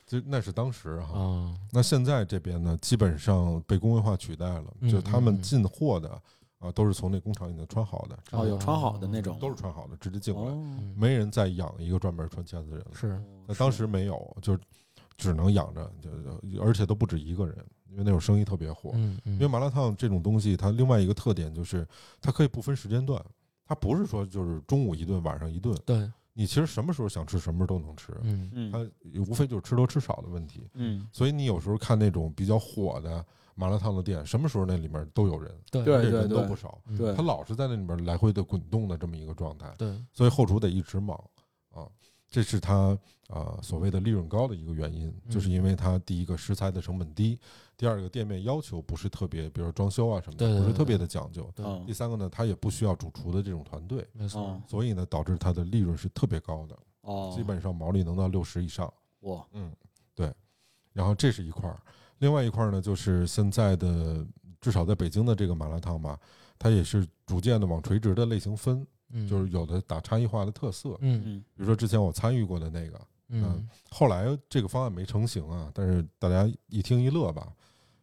就那是当时哈、啊，那现在这边呢，基本上被工业化取代了，嗯就他们嗯嗯进货的啊，都是从那工厂已经穿好的，哦，有穿好的那种，都是穿好的直接进过来，哦，嗯没人再养一个专门穿签子的人了。是，那当时没有，就只能养着，就而且都不止一个人，因为那会儿生意特别火。嗯嗯，因为麻辣烫这种东西，它另外一个特点就是它可以不分时间段，它不是说就是中午一顿，晚上一顿，对，你其实什么时候想吃什么时候都能吃，嗯嗯它无非就是吃多吃少的问题。嗯，所以你有时候看那种比较火的麻辣烫的店，什么时候那里面都有人，对而对且对人都不少，嗯对他老是在那里面来回的滚动的这么一个状态，对，所以后厨得一直忙啊，这是他呃所谓的利润高的一个原因，嗯就是因为它第一个食材的成本低，第二个店面要求不是特别，比如说装修啊什么对对的，不是对特别对的讲究，对嗯第三个呢，它也不需要主厨的这种团队，没错哦，所以呢导致它的利润是特别高的，哦，基本上毛利能到六十以上。哇，嗯，对。然后这是一块儿，另外一块儿呢，就是现在的至少在北京的这个麻辣烫吧，它也是逐渐的往垂直的类型分，嗯就是有的打差异化的特色，比嗯嗯如说之前我参与过的那个，嗯嗯后来这个方案没成型啊，但是大家一听一乐吧。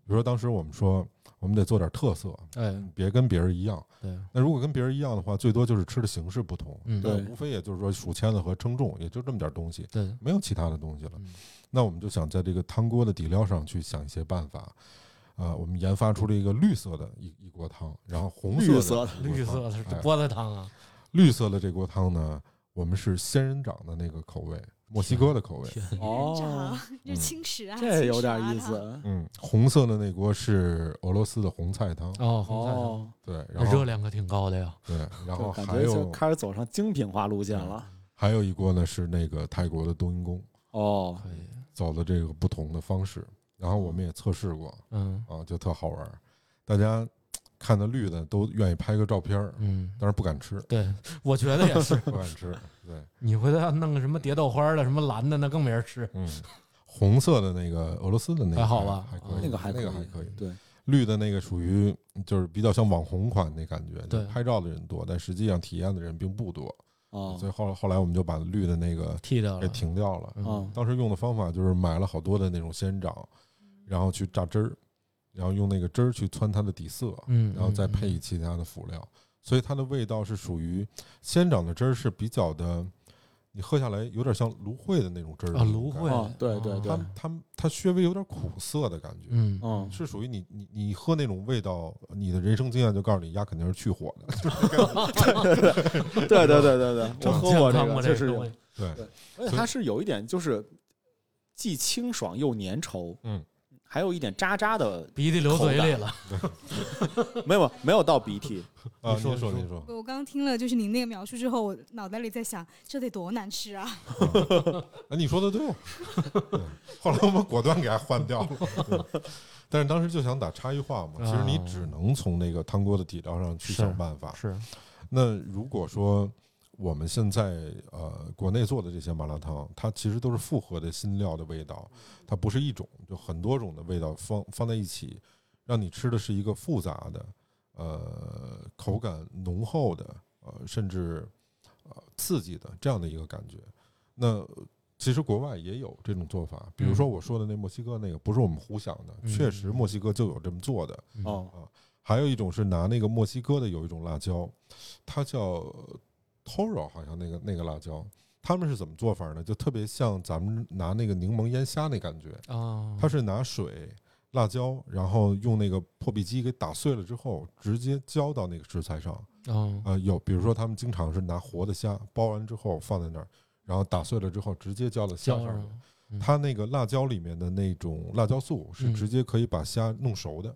比如说当时我们说，我们得做点特色，哎别跟别人一样。对，那如果跟别人一样的话，最多就是吃的形式不同，嗯对无非也就是说数签子和称重，也就这么点儿东西，对，没有其他的东西了。嗯那我们就想在这个汤锅的底料上去想一些办法。呃，我们研发出了一个绿色的一一锅汤，然后红色绿色的一锅绿色汤的是哎菠菜汤啊，绿色的这锅汤呢，我们是仙人掌的那个口味，墨西哥的口味。天，哦长，，这青石啊，这青有石麻点辣意烫。思嗯，红色的那锅是俄罗斯的红菜汤。哦，红菜汤哦，对，那然热后量可挺高的呀，对，然后就感还觉就有开始走上精品化路线了。还有一锅呢是那个泰国的冬阴功，哦，可以，走的这个不同的方式。然后我们也测试过嗯啊，就特好玩儿。大家看的绿的都愿意拍个照片儿，嗯，但是不敢吃，对，我觉得也是。不敢吃。对，你回头要弄个什么蝶豆花的，什么蓝的，那更没人吃。嗯， 红色的那个俄罗斯的那个还好吧啊还可以，那那个还那个可以还可以。对，绿的那个属于就是比较像网红款那感觉，就对拍照的人多，但实际上体验的人并不多，哦所以后后来我们就把绿的那个剃掉给了，停掉了。嗯哦当时用的方法就是买了好多的那种仙人掌，然后去榨汁儿，然后用那个汁儿去汆它的底色，嗯，然后再配嗯，其他的辅料，所以它的味道是属于仙人掌的汁儿是比较的，你喝下来有点像芦荟的那种汁儿的啊那种芦感荟觉哦对对对它它它稍微有点苦涩的感觉，嗯嗯嗯，是属于你你你喝那种味道，你的人生经验就告诉你，鸭肯定是去火的。对对对对对，我喝过这我见看个，过确这实有东，西对，而且所以它是有一点就是既清爽又粘稠，嗯，还有一点渣渣的，鼻涕流嘴里了。没有没有到鼻涕，啊，你说您说你您说，我刚刚听了就是你那个描述之后，我脑袋里在想，这得多难吃啊！哎，你说的对。 对后来我们果断给它换掉了，对但是当时就想打差异化嘛，其实你啊只能从那个汤锅的底料上去是想办法。是，那如果说我们现在呃国内做的这些麻辣烫，它其实都是复合的新料的味道，它不是一种，就很多种的味道放放在一起，让你吃的是一个复杂的，呃，口感浓厚的，呃，甚至呃刺激的这样的一个感觉。那其实国外也有这种做法，比如说我说的那墨西哥那个，不是我们胡想的，确实嗯墨西哥就有这么做的。嗯哦还有一种是拿那个墨西哥的有一种辣椒，它叫呃 Toro，好像那个那个辣椒，他们是怎么做法呢？就特别像咱们拿那个柠檬腌虾那感觉，哦，它是拿水、辣椒，然后用那个破壁机给打碎了之后，直接浇到那个食材上。哦，啊，有比如说他们经常是拿活的虾剥完之后放在那儿，然后打碎了之后直接浇到虾胶上面。上，嗯它那个辣椒里面的那种辣椒素是嗯直接可以把虾弄熟的，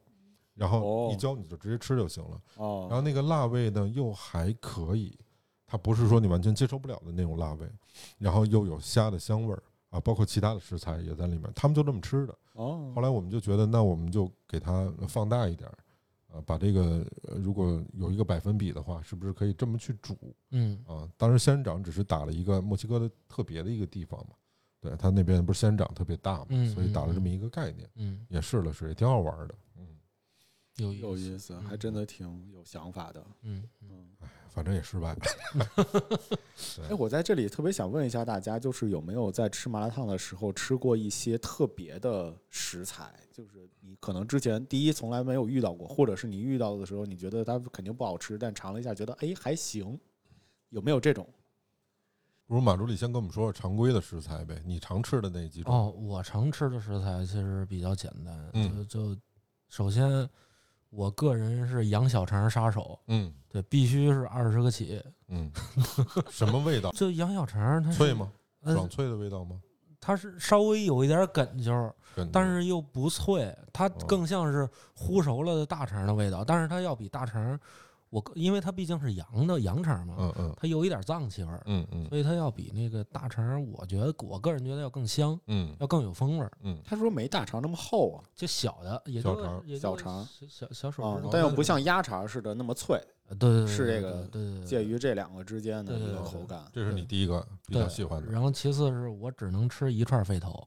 然后哦一浇你就直接吃就行了。然后哦，那个辣味呢又还可以，它不是说你完全接受不了的那种辣味，然后又有虾的香味儿啊，包括其他的食材也在里面，他们就这么吃的。哦后来我们就觉得，那我们就给它放大一点儿，啊，把这个呃如果有一个百分比的话，是不是可以这么去煮嗯啊？当时仙人掌只是打了一个墨西哥的特别的一个地方嘛，对，它那边不是仙人掌特别大嘛，嗯所以打了这么嗯一个概念，嗯，也试了试，也挺好玩儿的。嗯，有意有思，意思，嗯还真的挺有想法的。嗯嗯，反正也失败了。 哎，我在这里特别想问一下大家，就是有没有在吃麻辣烫的时候吃过一些特别的食材？就是你可能之前第一从来没有遇到过，或者是你遇到的时候，你觉得它肯定不好吃，但尝了一下觉得哎还行，有没有这种？不如马助理先跟我们说说常规的食材呗，你常吃的那几种。哦，我常吃的食材其实比较简单，嗯就就首先，我个人是养小肠杀手，嗯对，必须是二十个起。嗯，什么味道？就养小肠，它是脆吗？爽呃，脆的味道吗？它是稍微有一点梗劲儿，感觉但是又不脆，它哦更像是烀熟了的大肠的味道，但是它要比大肠，我因为它毕竟是羊的羊肠嘛，嗯嗯它有一点脏气味儿，嗯嗯所以它要比那个大肠，我觉得我个人觉得要更香，嗯要更有风味儿。嗯，他说没大肠那么厚啊，就小的，也小就肠也就小肠小小小手啊指头，但又大不像鸭肠似的那么脆，呃对对对是这对个对对对介于这两个之间的对一对个对口感。这是你第一个比较对喜欢的然后其次是我只能吃一串肺头，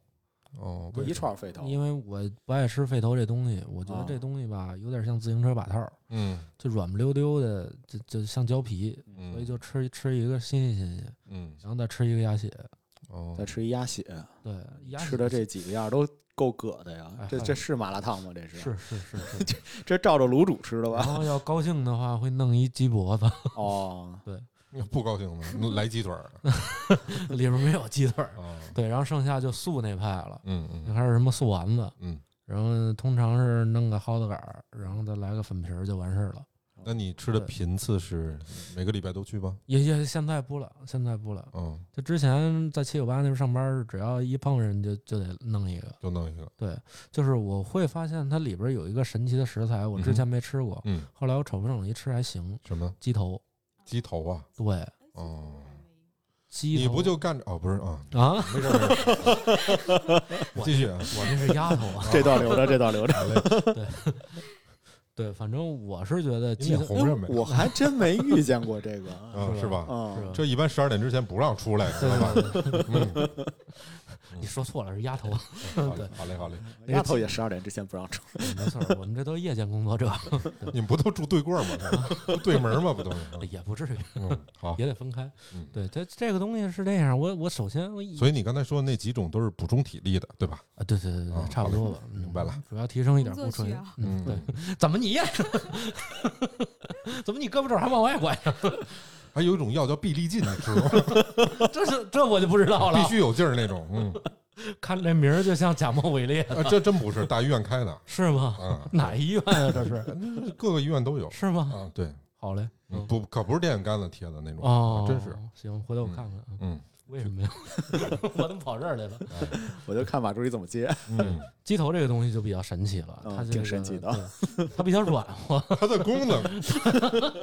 哦，一为什么串沸腾，因为我不爱吃肺头这东西，我觉得啊这东西吧有点像自行车把套儿，嗯就软不溜丢的，就就像胶皮，嗯，所以就吃吃一个新鲜新鲜，嗯然后再吃一个鸭血。哦再，吃一鸭血，对，鸭血吃的这几个样儿都够葛的呀哎。这嗨这是麻辣烫吗？这是是是 是，这照着卤煮吃的然 吧？后要高兴的话会弄一鸡脖子，哦，，不高 兴了，来鸡腿儿里边没有鸡腿儿，啊，对，然后剩下就素那派了，嗯就嗯开始什么素丸子。嗯，然后通常是弄个蒿子杆儿，然后再来个粉皮儿就完事儿了。那你吃的频次是每个礼拜都去吗？也也现在不了，现在不了。嗯，就之前在七九八那边上班儿，只要一碰人就就得弄一个。就弄一个，对，就是我会发现它里边儿有一个神奇的食材，我之前没吃过，嗯，后来我瞅不上，一吃还行，什么鸡头。鸡头啊？对，哦，鸡头，你不就干着哦？不是啊，啊？没事儿没事 儿，继续啊。我那是丫头啊这段 留着，这段留着。对，反正我是觉得你鸡脸头红着没？我还真没遇见过这个 啊啊，是吧？啊是吧这一般十二点之前不让出来，知道吧？对对对，嗯， 你说错了，是丫头啊，好嘞，好嘞，好嘞。丫头也十二点之前不让出。没错儿，我们这都夜间工作者，你们不都住对过儿吗？都对门儿吗？不都是？也不至于，嗯，好。也得分开嗯。对，这这个东西是这样，我我首先我一所以你刚才说的那几种都是补充体力的，对吧？啊，对对对啊对，差不多吧，嗯明白了，主要提升一点工不作纯啊需要，嗯，嗯对，怎么你也是？ 怎么你胳膊肘还往外拐？还有一种药叫臂力劲，你知道吗？这是这我就不知道了必。须有劲儿那种。嗯，看这名儿就像假冒伪劣，啊，这真不是大医院开的是吗？啊，哪医院啊？这是 各个医院都有是吗？啊。对，好嘞，嗯不可不是电线杆子贴的那种，哦，真是。行，回头我看看啊，嗯为什么呀？我怎么跑这儿来了？ 我就看马助理怎么接。嗯，鸡头这个东西就比较神奇了，嗯它这个挺神奇的，对它比较软和。它的功能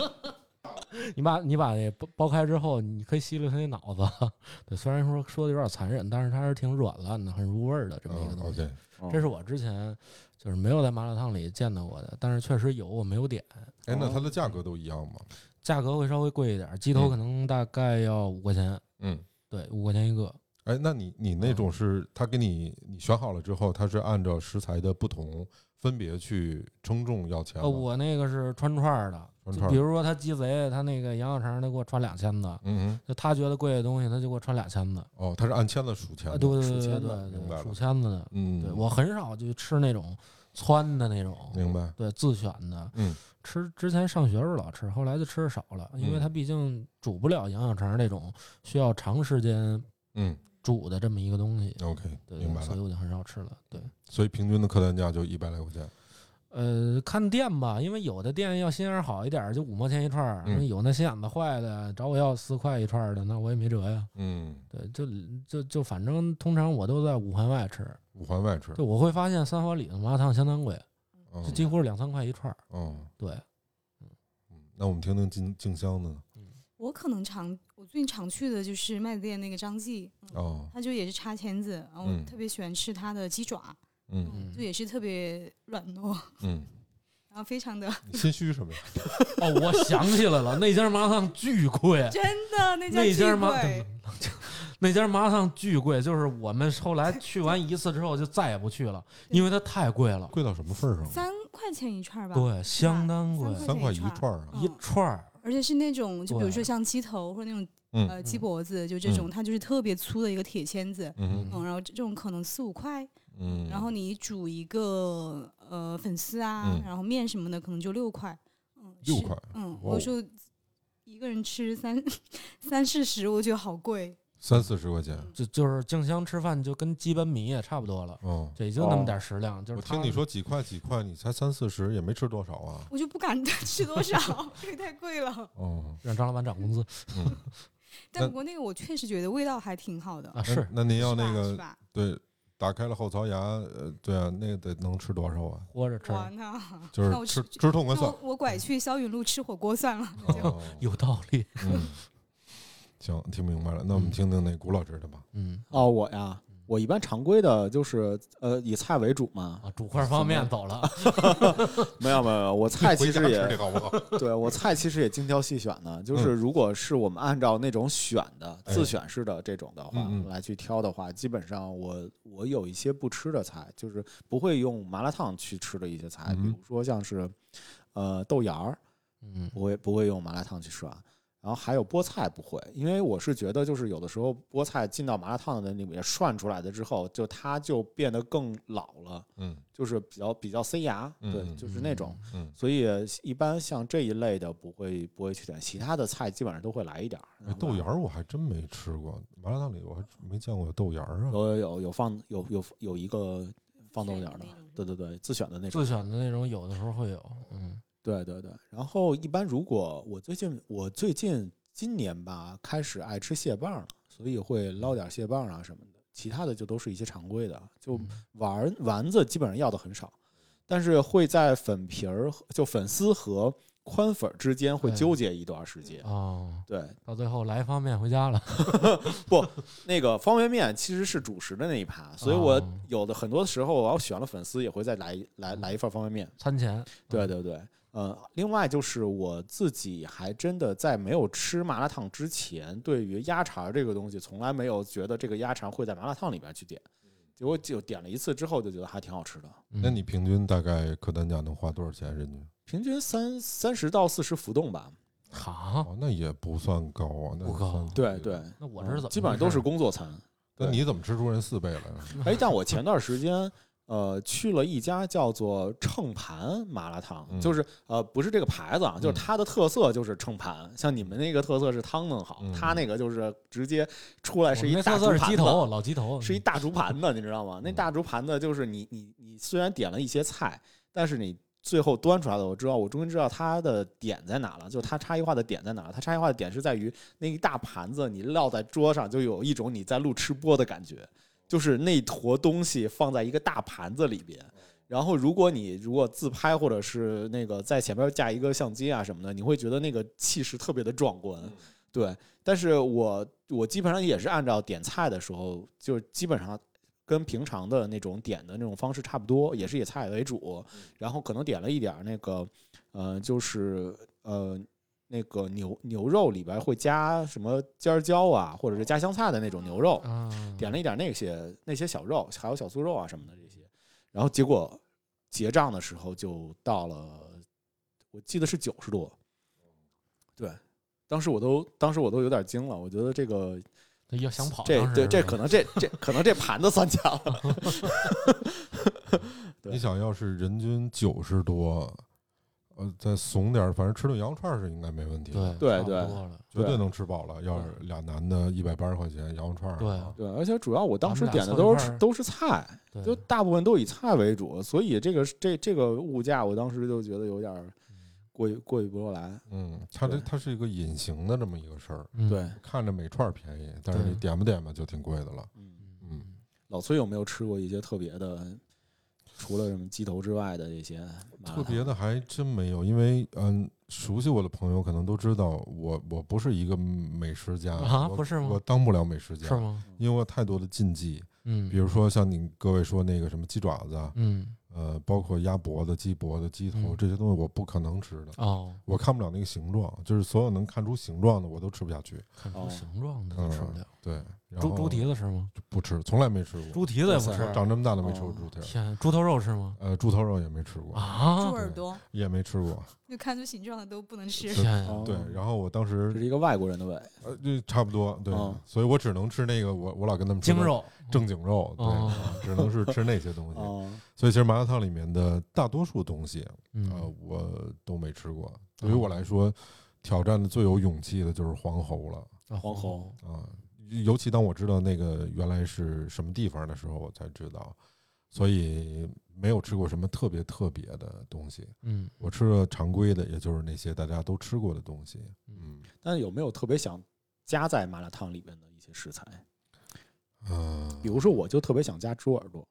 你把你把那剥剥开之后，你可以吸溜它那脑子。对，虽然说说的有点残忍，但是它是挺软烂的，很入味儿的这么一个嗯东西。哦，OK，这是我之前就是没有在麻辣烫里见到过的，但是确实有，我没有点。哎，那它的价格都一样吗？价格会稍微贵一点，鸡头可能大概要五块钱，嗯，对，五块钱一个。哎，那你你嗯那种是他给你你选好了之后，他是按照食材的不同分别去称重要钱吗？呃，我那个是穿串儿的，穿就串儿比如说他鸡贼，他那个羊肉肠，他给我穿俩签子，嗯嗯，就他觉得贵的东西，他就给我穿俩签子。哦，他是按签子数钱啊，的，对对数对对签子对明白对，了数签子的。嗯，对我很少就吃那种汆的那种，明白，对自选的。嗯，吃之前上学时候老吃，后来就吃的少了，因为嗯它毕竟煮不了羊肉肠那种需要长时间嗯煮的这么一个东西。 ，OK，对明白，所以了。我就很少吃了。对。所以平均的客单价就一百来块钱，呃，看店吧，因为有的店要心眼儿好一点儿，就五毛钱一串儿；嗯那有那心眼子坏的，找我要四块一串儿的，那我也没辙呀。嗯，对，就就就反正通常我都在五环外吃，五环外吃，就我会发现三环里的麻辣烫相当贵，嗯就几乎是两三块一串儿。嗯对，嗯，那我们听听静静香的呢，我可能常我最近常去的就是麦子店那个张记，嗯哦，他就也是插签子，然后我嗯特别喜欢吃他的鸡爪，嗯就也是特别软糯，嗯，然后非常的，你心虚什么呀？哦，我想起来了，那家麻辣烫巨贵真的那家那巨家麻嗯贵， 那家麻辣烫巨贵，就是我们后 来去完一次之后就再也不去了，因为它太贵了，贵到什么份儿上了？三块钱一串儿吧，对，相当贵，哦三三块块一钱串儿啊，嗯一串儿。而且是那种就比如对说像鸡头或者那种嗯呃鸡脖子，就这种嗯它就是特别粗的一个铁签子，嗯嗯，然后这种可能四五块，嗯，然后你煮一个呃粉丝啊嗯，然后面什么的可能就六块，嗯，六是块，嗯，哇我哦说一个人吃三三四十，我觉得好贵，三四十块钱，就就是静香吃饭就跟鸡拌米也差不多了，嗯哦。也就那么点食量。就是我他听你，说几块几块，你才三四十，也没吃多少啊。我就不敢 吃多少， 这个太贵了。哦，让张老板涨工资嗯， 但那不过那个我确实觉得味道还挺好的，啊，那是那您要是那吧是个吧？对，打开了后槽牙，呃，对啊，那个得能吃多少啊？活着吃，哇， 那就那我是吃吃吃痛快那算我。我拐去霄云路吃火锅算了， 就哦，有道理。嗯，行，听明白了。那我嗯们听听那古老师的吧。嗯哦，我呀，我一般常规的就是呃以菜为主嘛。啊，煮块方便面走了，没有没有，没有我菜其回家实吃也这 好不好？ 对我菜其实也精挑细选的，就是如果是我们按照那种选的、嗯哎自选式的这种的话、嗯嗯来去挑的话，基本上我我有一些不吃的菜，就是不会用麻辣烫去吃的一些菜，嗯比如说像是呃豆芽儿，嗯不会不会用麻辣烫去涮。然后还有菠菜不会，因为我是觉得就是有的时候菠菜进到麻辣烫的那里面涮出来的之后，就它就变得更老了，嗯就是比较比较塞牙，嗯对嗯，就是那种。嗯，所以一般像这一类的不会不会去点，其他的菜基本上都会来一点儿。哎豆芽儿我还真没吃过，麻辣烫里我还没见过有豆芽儿啊。有有有有放有有有一个放豆芽儿的选的那种，对对对，自选的那种自。选的那种有的时候会有，嗯对对对，然后一般如果我最近我最近今年吧开始爱吃蟹棒了，所以会捞点蟹棒啊什么的，其他的就都是一些常规的，就嗯丸丸子基本上要的很少，但是会在粉皮儿和就粉丝和宽粉儿之间会纠结一段时嗯间。哦，对，到最后来方便回家了。那个方便面其实是主食的那一趴，所以我哦有的很多时候我要选了粉丝也会再来一来来一份方便面。餐前，对对对，呃，另外就是我自己还真的在没有吃麻辣烫之前，对于鸭肠这个东西从来没有觉得这个鸭肠会在麻辣烫里边去点，结果就点了一次之后就觉得还挺好吃的，嗯那你平均大概客单价能花多少钱？人均平均三三十到四十浮动吧。好，哦，那也不算高啊，那不也高算对对，那我哎这是怎么？基本上都是。工作餐。那你怎么吃出人四倍来了？哎，但我前段时间。呃，去了一家叫做秤盘麻辣烫，嗯就是呃，不是这个牌子啊，就是嗯它的特色就是秤盘。像你们那个特色是汤弄好，嗯它那个就是直接出来我是们一那大猪特色是盘鸡子，头，老鸡头，是一大竹盘子，你知道吗？那嗯大竹盘子就是你你你虽然点了一些菜，但是你最后端出来的，我知道，我终于知道它的点在哪了，就是它差异化的点在哪了。它差异化的点是在于那一大盘子你撂在桌上，就有一种你在录吃播的感觉，就是那坨东西放在一个大盘子里边。然后，如果你如果自拍或者是那个在前面架一个相机啊什么的，你会觉得那个气势特别的壮观。对，但是我我基本上也是按照点菜的时候，就是基本上跟平常的那种点的那种方式差不多，也是以菜为主，然后可能点了一点儿那个，呃，就是呃。那个牛牛肉里边儿会加什么尖儿椒啊，或者是加香菜的那种牛肉，啊，点了一点那些那些小肉，还有小酥肉啊什么的这些，然后结果结账的时候就到了，我记得是九十多，对，当时我都当时我都有点惊了，我觉得这个要想跑，这哦当时对这是可能这这可能这盘子算假 了，对你想要是人均九十多，呃，再怂点儿，反正吃顿羊串儿是应该没问题的，对对差不对多了绝对对能吃饱了。要是俩男的，一百八十块钱羊肉串儿，对啊对，而且主要我当时咱们俩点的凑一都块是儿都是菜，对，就大部分都以菜为主，所以这个这这个物价我当时就觉得有点儿嗯过于过于不过来，嗯，它这对它是一个隐形的这么一个事儿，嗯对，，看着每串儿便宜，但是对你点吧点吧就挺贵的了。嗯。嗯，老崔有没有吃过一些特别的，除了什么鸡头之外的这些麻辣特烫别的还真没有，因为嗯，熟悉我的朋友可能都知道，我我不是一个美食家啊我不是吗我啊当不了美食家，是吗？因为我有太多的禁忌，嗯，比如说像你各位说那个什么鸡爪子啊，嗯呃，包括鸭脖子、鸡脖子、鸡头嗯这些东西，我不可能吃的。哦，我看不了那个形状，就是所有能看出形状的我都吃不下去。看出哦形状的都吃不了。对，然猪后猪蹄子吃吗？不吃，从来没吃过。猪蹄子也不哇塞吃。长这么大都没吃过哦猪蹄儿，天，猪头肉吃吗？呃，猪头肉也没吃过，哦猪啊，耳朵也没吃过。就看出形状的都不能吃。天呀，哦对，然后我当这是时一个外国人的胃，呃，就差不多，对哦，所以我只能吃那个，我我老跟他们说精肉正经肉，哦对，只能是吃那些东西。哦，所以其实麻辣烫里面的大多数东西，呃嗯，，我都没吃过。对于我来说，挑战的最有勇气的就是黄喉了。哦黄喉啊，尤其当我知道那个原来是什么地方的时候，我才知道，所以没有吃过什么特别特别的东西。嗯，我吃了常规的，也就是那些大家都吃过的东西。嗯，但是有没有特别想加在麻辣烫里面的一些食材？呃比，如说，我就特别想加猪耳朵，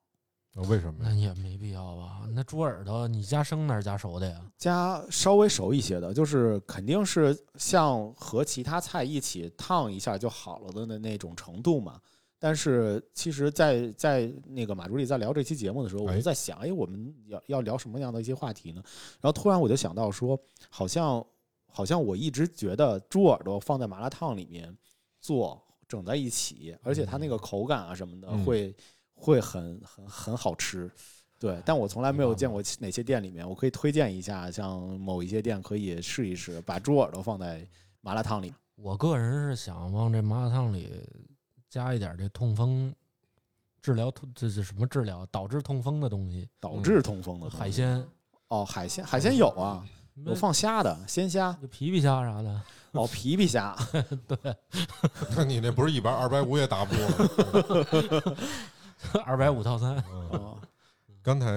啊为什么那呀？也没必要吧？那猪耳朵你加生的还是加熟的呀？加稍微熟一些的，就是肯定是像和其他菜一起烫一下就好了的那那种程度嘛。但是其实在，在那个马助理在聊这期节目的时候，我哎就在想，哎，我们要要聊什么样的一些话题呢？然后突然我就想到说，好像好像我一直觉得猪耳朵放在麻辣烫里面做整在一起，而且它那个口感啊什么的嗯会、会很很很好吃。对，但我从来没有见过哪些店里面，我可以推荐一下，像某一些店可以试一试，把猪耳朵放在麻辣烫里。我个人是想往这麻辣烫里加一点这痛风治疗痛，这是什么治疗导致痛风的东西？导致痛风的东西呃海鲜，嗯哦，海鲜海鲜有啊，有放虾的，鲜虾就皮皮虾啥的。哦，皮皮虾，那 你那不是一百二百五也打不过了。二百五套餐，嗯哦，刚才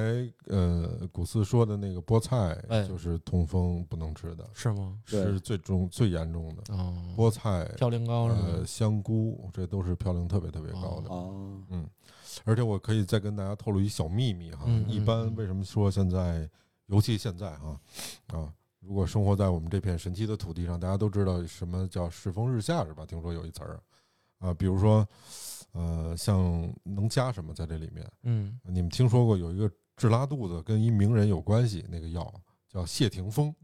呃，古四说的那个菠菜哎，就是痛风不能吃的，是吗？对是最重最严重的。哦，菠菜、嘌呤高是呃吗？香菇，这都是嘌呤特别特别高的。哦，嗯，而且我可以再跟大家透露一小秘密哈，嗯嗯一般为什么说现在，尤其现在哈，啊，如如果生活在我们这片神奇的土地上，大家都知道什么叫世风日下是吧？听说有一词儿啊，比如说，呃，像能加什么在这里面？嗯你们听说过有一个治拉肚子跟一名人有关系那个药叫谢霆锋，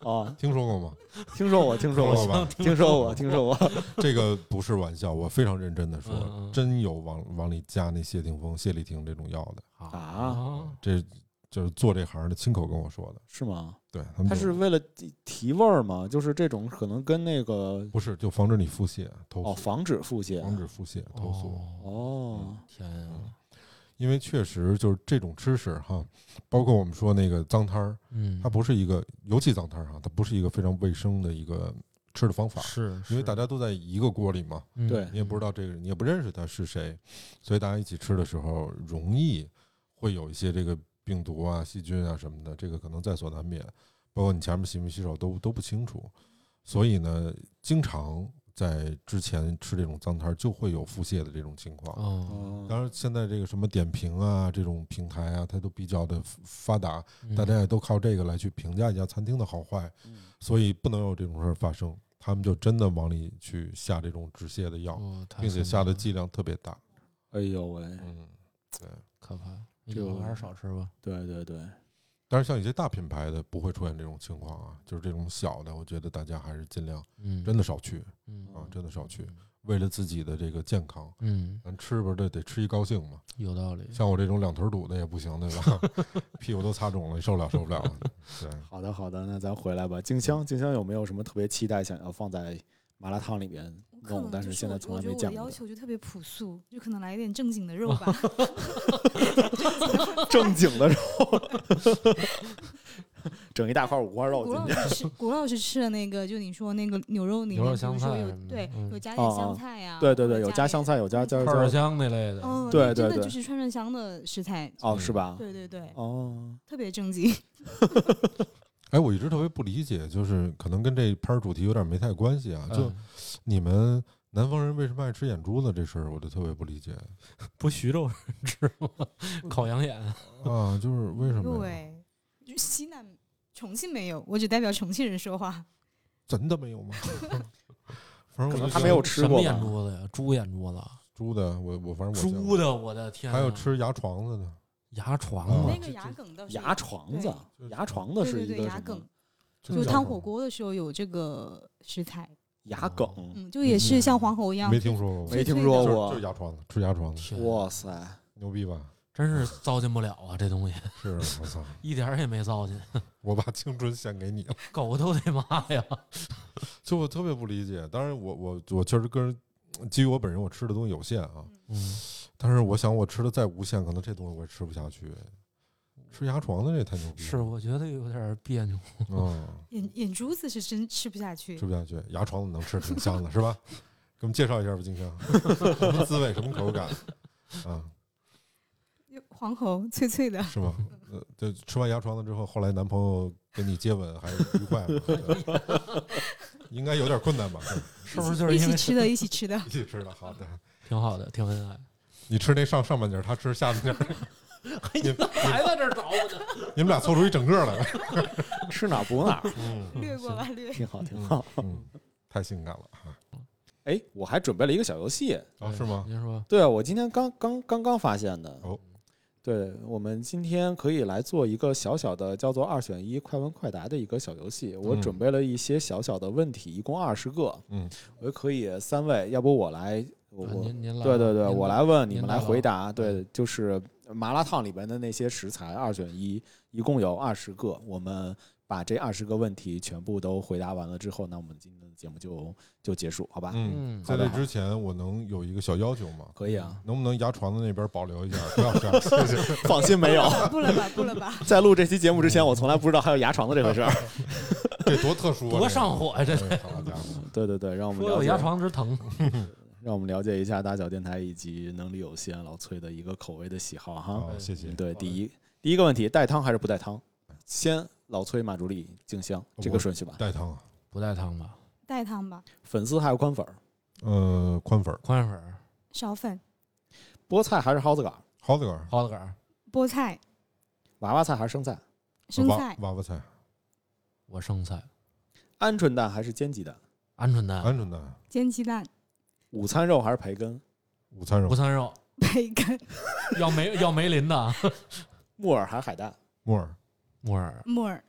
哦，听说过吗？听说我，听说好我，吧，听说我，听说我， 这个不是玩笑，我非常认真的说，嗯嗯真有往往里加那谢霆锋、谢丽婷这种药的，嗯啊这就是做这行的亲口跟我说的。是吗？对，他们他就是为了提味儿吗？就是这种可能跟那个不是就防止你腹泻投诉？哦，防止腹泻，防止腹泻投诉，哦，哦，天啊呀，因为确实就是这种吃食哈，包括我们说那个脏摊儿，嗯，它不是一个，尤其脏摊儿哈，它不是一个非常卫生的一个吃的方法，是，因为是大家都在一个锅里嘛，嗯对你也不知道这个人，你也不认识他是谁，所以大家一起吃的时候，容易会有一些这个病毒啊、细菌啊什么的，这个可能在所难免。包括你前面洗没洗手都都不清楚，所以呢，经常在之前吃这种脏摊儿就会有腹泻的这种情况。哦，当哦，然，现在这个什么点评啊，这种平台啊，它都比较的发达，嗯大家也都靠这个来去评价一家餐厅的好坏，所以不能有这种事儿发生。他们就真的往里去下这种止泻的药，哦太并且狠下的了剂量特别大。哎呦喂，嗯，对。可怕，这有个还是少吃吧。对对对，但是像一些大品牌的不会出现这种情况啊，就是这种小的，我觉得大家还是尽量嗯，真的少去嗯啊，真的少去，为了自己的这个健康，嗯，咱吃不是得得吃一高兴嘛。有道理。像我这种两腿儿堵的也不行，对吧？ 屁股都擦肿了，受不了受不了。 对，好的好的，那咱回来吧。静香，静香有没有什么特别期待想要放在麻辣烫里面可弄，能但就是是现在我从我来觉没得我见的过要的求就特别朴素，就可能来一点正经 的肉吧。正经的肉， 整一大块五花肉古进老去。师吃，古老师吃的那个，就你说那个牛肉里牛肉面，比如香说菜有什么的对，有嗯加哦点哦香菜呀，对对对，或者有啊加加点香，菜，有加加串儿加香那类的，嗯，对那真对的对就是串串香的食材，哦，是吧？对对对，哦，特别正经。哎，我一直特别不理解，就是可能跟这拍儿主题有点没太关系啊。就嗯你们南方人为什么爱吃眼珠子这事儿，我就特别不理解不徐州人 吃吗？烤羊眼，嗯啊，就是为什么呀？对，就西南重庆没有，我只代表重庆人说话。真的没有吗？ 反正我可能就他没觉得有吃什么过眼吧？珠子呀？猪眼珠子，猪的，我我反正我见猪过的，我的天啊！还有吃牙床子的，牙床啊哦嘛那？个这牙梗倒是牙床子，对牙床子有，对是对一个什对，牙么梗，嗯真就假汤的火锅的时候有这个食材，牙梗，嗯，就也是像黄喉一样，没听说过吧，没脆听脆说的就是就过是。牙床子，吃牙床子，天，啊哇塞，牛逼吧？真是糟践不了啊！这东西是我操，一点儿也没糟践，我把青春献给你了，狗都得骂呀！ 就我特别不理解。当然我，我我确实个人，基于我本人，我吃的东西有限啊。嗯，但是我想，我吃的再无限，可能这东西我也吃不下去。吃牙床子这太牛逼了， 是，我觉得有点儿别扭。嗯，眼眼珠子是真吃不下去吃，不下去。牙床子能吃，挺香的，是吧？给我们介绍一下吧，金香， 什么滋味，什么口感 啊？就黄喉脆 脆的，是吗？呃，对，吃完牙床子之后，后来男朋友跟你接吻还愉快吗？对应该有点困难吧？对 是不是就是一因为起吃的，一 起吃的。一起吃的好的，挺好的，挺恩爱？你吃那上上半截儿，他吃下半截儿，你们还在这儿找我呢？你们俩凑出一整个来了。吃哪儿补哪儿，嗯 略过吧， 略。挺好，挺好。 嗯，太性感了啊！哎，我还准备了一个小游戏，啊，是吗？您说，对，我今天刚刚刚刚发现的。哦，对，我们今天可以来做一个小小的叫做“二选一”快问快答的一个小游戏。我嗯准备了一些小小的问题，一共二十个。嗯，我可以三位，要不我来，我啊我您您来吧，对对对，您我吧来问，你您们来来吧嗯回答。对，就是麻辣烫里边的那些食材，二选一，一共有二十个。我们把这二十个问题全部都回答完了之后，那我们今天的节目就就结束，好吧？嗯，嗯在好的这好的之前，我能有一个小要求吗？可以啊， 能不能牙床子那边保留一下，不要这样，谢谢。放心，没有。不了吧，不了吧，在录这期节目之嗯前，我从来不知道还有牙床子这回事儿。这多特殊啊，多上火呀！这这个！哎好家伙， 对对对，让我们说了有解牙床直疼。让我们了解一下大小电台以及能力有限老崔的一个口味的喜好哈。好，哦谢谢。 对，第一第一个问题，带汤还是不带汤？先老崔、马助理、静香这个我顺序吧。带汤啊，不带汤吧？带汤吧，粉丝还有宽粉儿，呃，宽粉儿，宽粉儿、少粉、菠菜还是蒿子杆儿，蒿子杆儿，蒿子杆儿、菠菜、娃娃菜还是生菜，生娃菜、娃娃菜，我剩菜，鹌鹑蛋还是煎鸡蛋？鹌鹑蛋、鹌鹑蛋、煎鸡蛋、午餐肉还是培根？午餐肉午、餐肉，培根、 要梅要梅林的啊木耳还是海带？木耳、 木耳、木耳、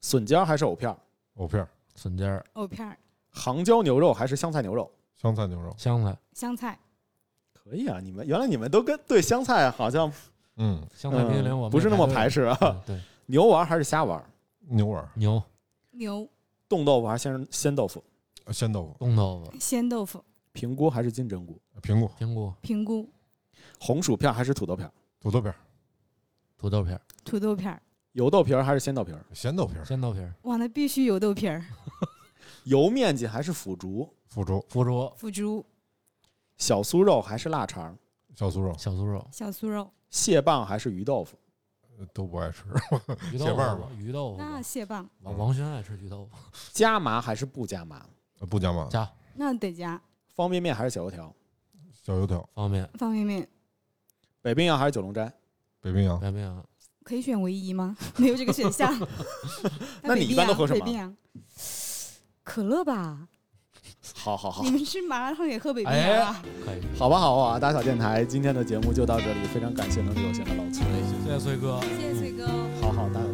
笋尖儿还是藕片儿？藕片儿、笋尖儿、藕片儿、杭椒牛肉还是香菜牛肉？香菜牛肉。香菜、香菜。可以啊，你们原来你们都跟对香菜好像嗯，香菜冰淇淋，嗯我们不是那么排排队斥 啊。嗯对，牛丸还是虾丸？牛耳、牛、牛冻豆腐还是鲜鲜豆腐？呃鲜豆腐、呃冻豆腐、鲜豆腐、平菇还是金针菇？苹果、平菇、平菇、红薯片还是土豆片？土豆片儿、土豆片儿、土豆片儿。油豆皮儿还是鲜豆皮儿？咸豆片儿、鲜豆皮儿、哇，那必须有豆皮儿、油面筋还是腐竹？腐竹、腐竹、腐竹、小酥肉还是腊肠？小酥肉小酥肉、小酥肉。蟹棒还是鱼豆腐？呃都不爱吃。 鱼豆蟹棒腐吧、鱼豆腐吧。那蟹棒，王王轩爱吃鱼豆腐，加麻还是不加麻？呃不加码，加那得加方便面还是小油条？小油条、方便方便面。北冰洋还是九龙斋？北冰洋、白面啊，可以选唯一吗？ 没有这个选项。 那你一般都喝什么北冰洋？可乐吧，好好好你，们吃麻辣烫也喝北冰洋啊？可以。好吧好吧，打小电台今天的节目就到这里，非常感谢能有闲的老崔，谢谢崔哥，哎谢谢崔哥哦。好好打小电台。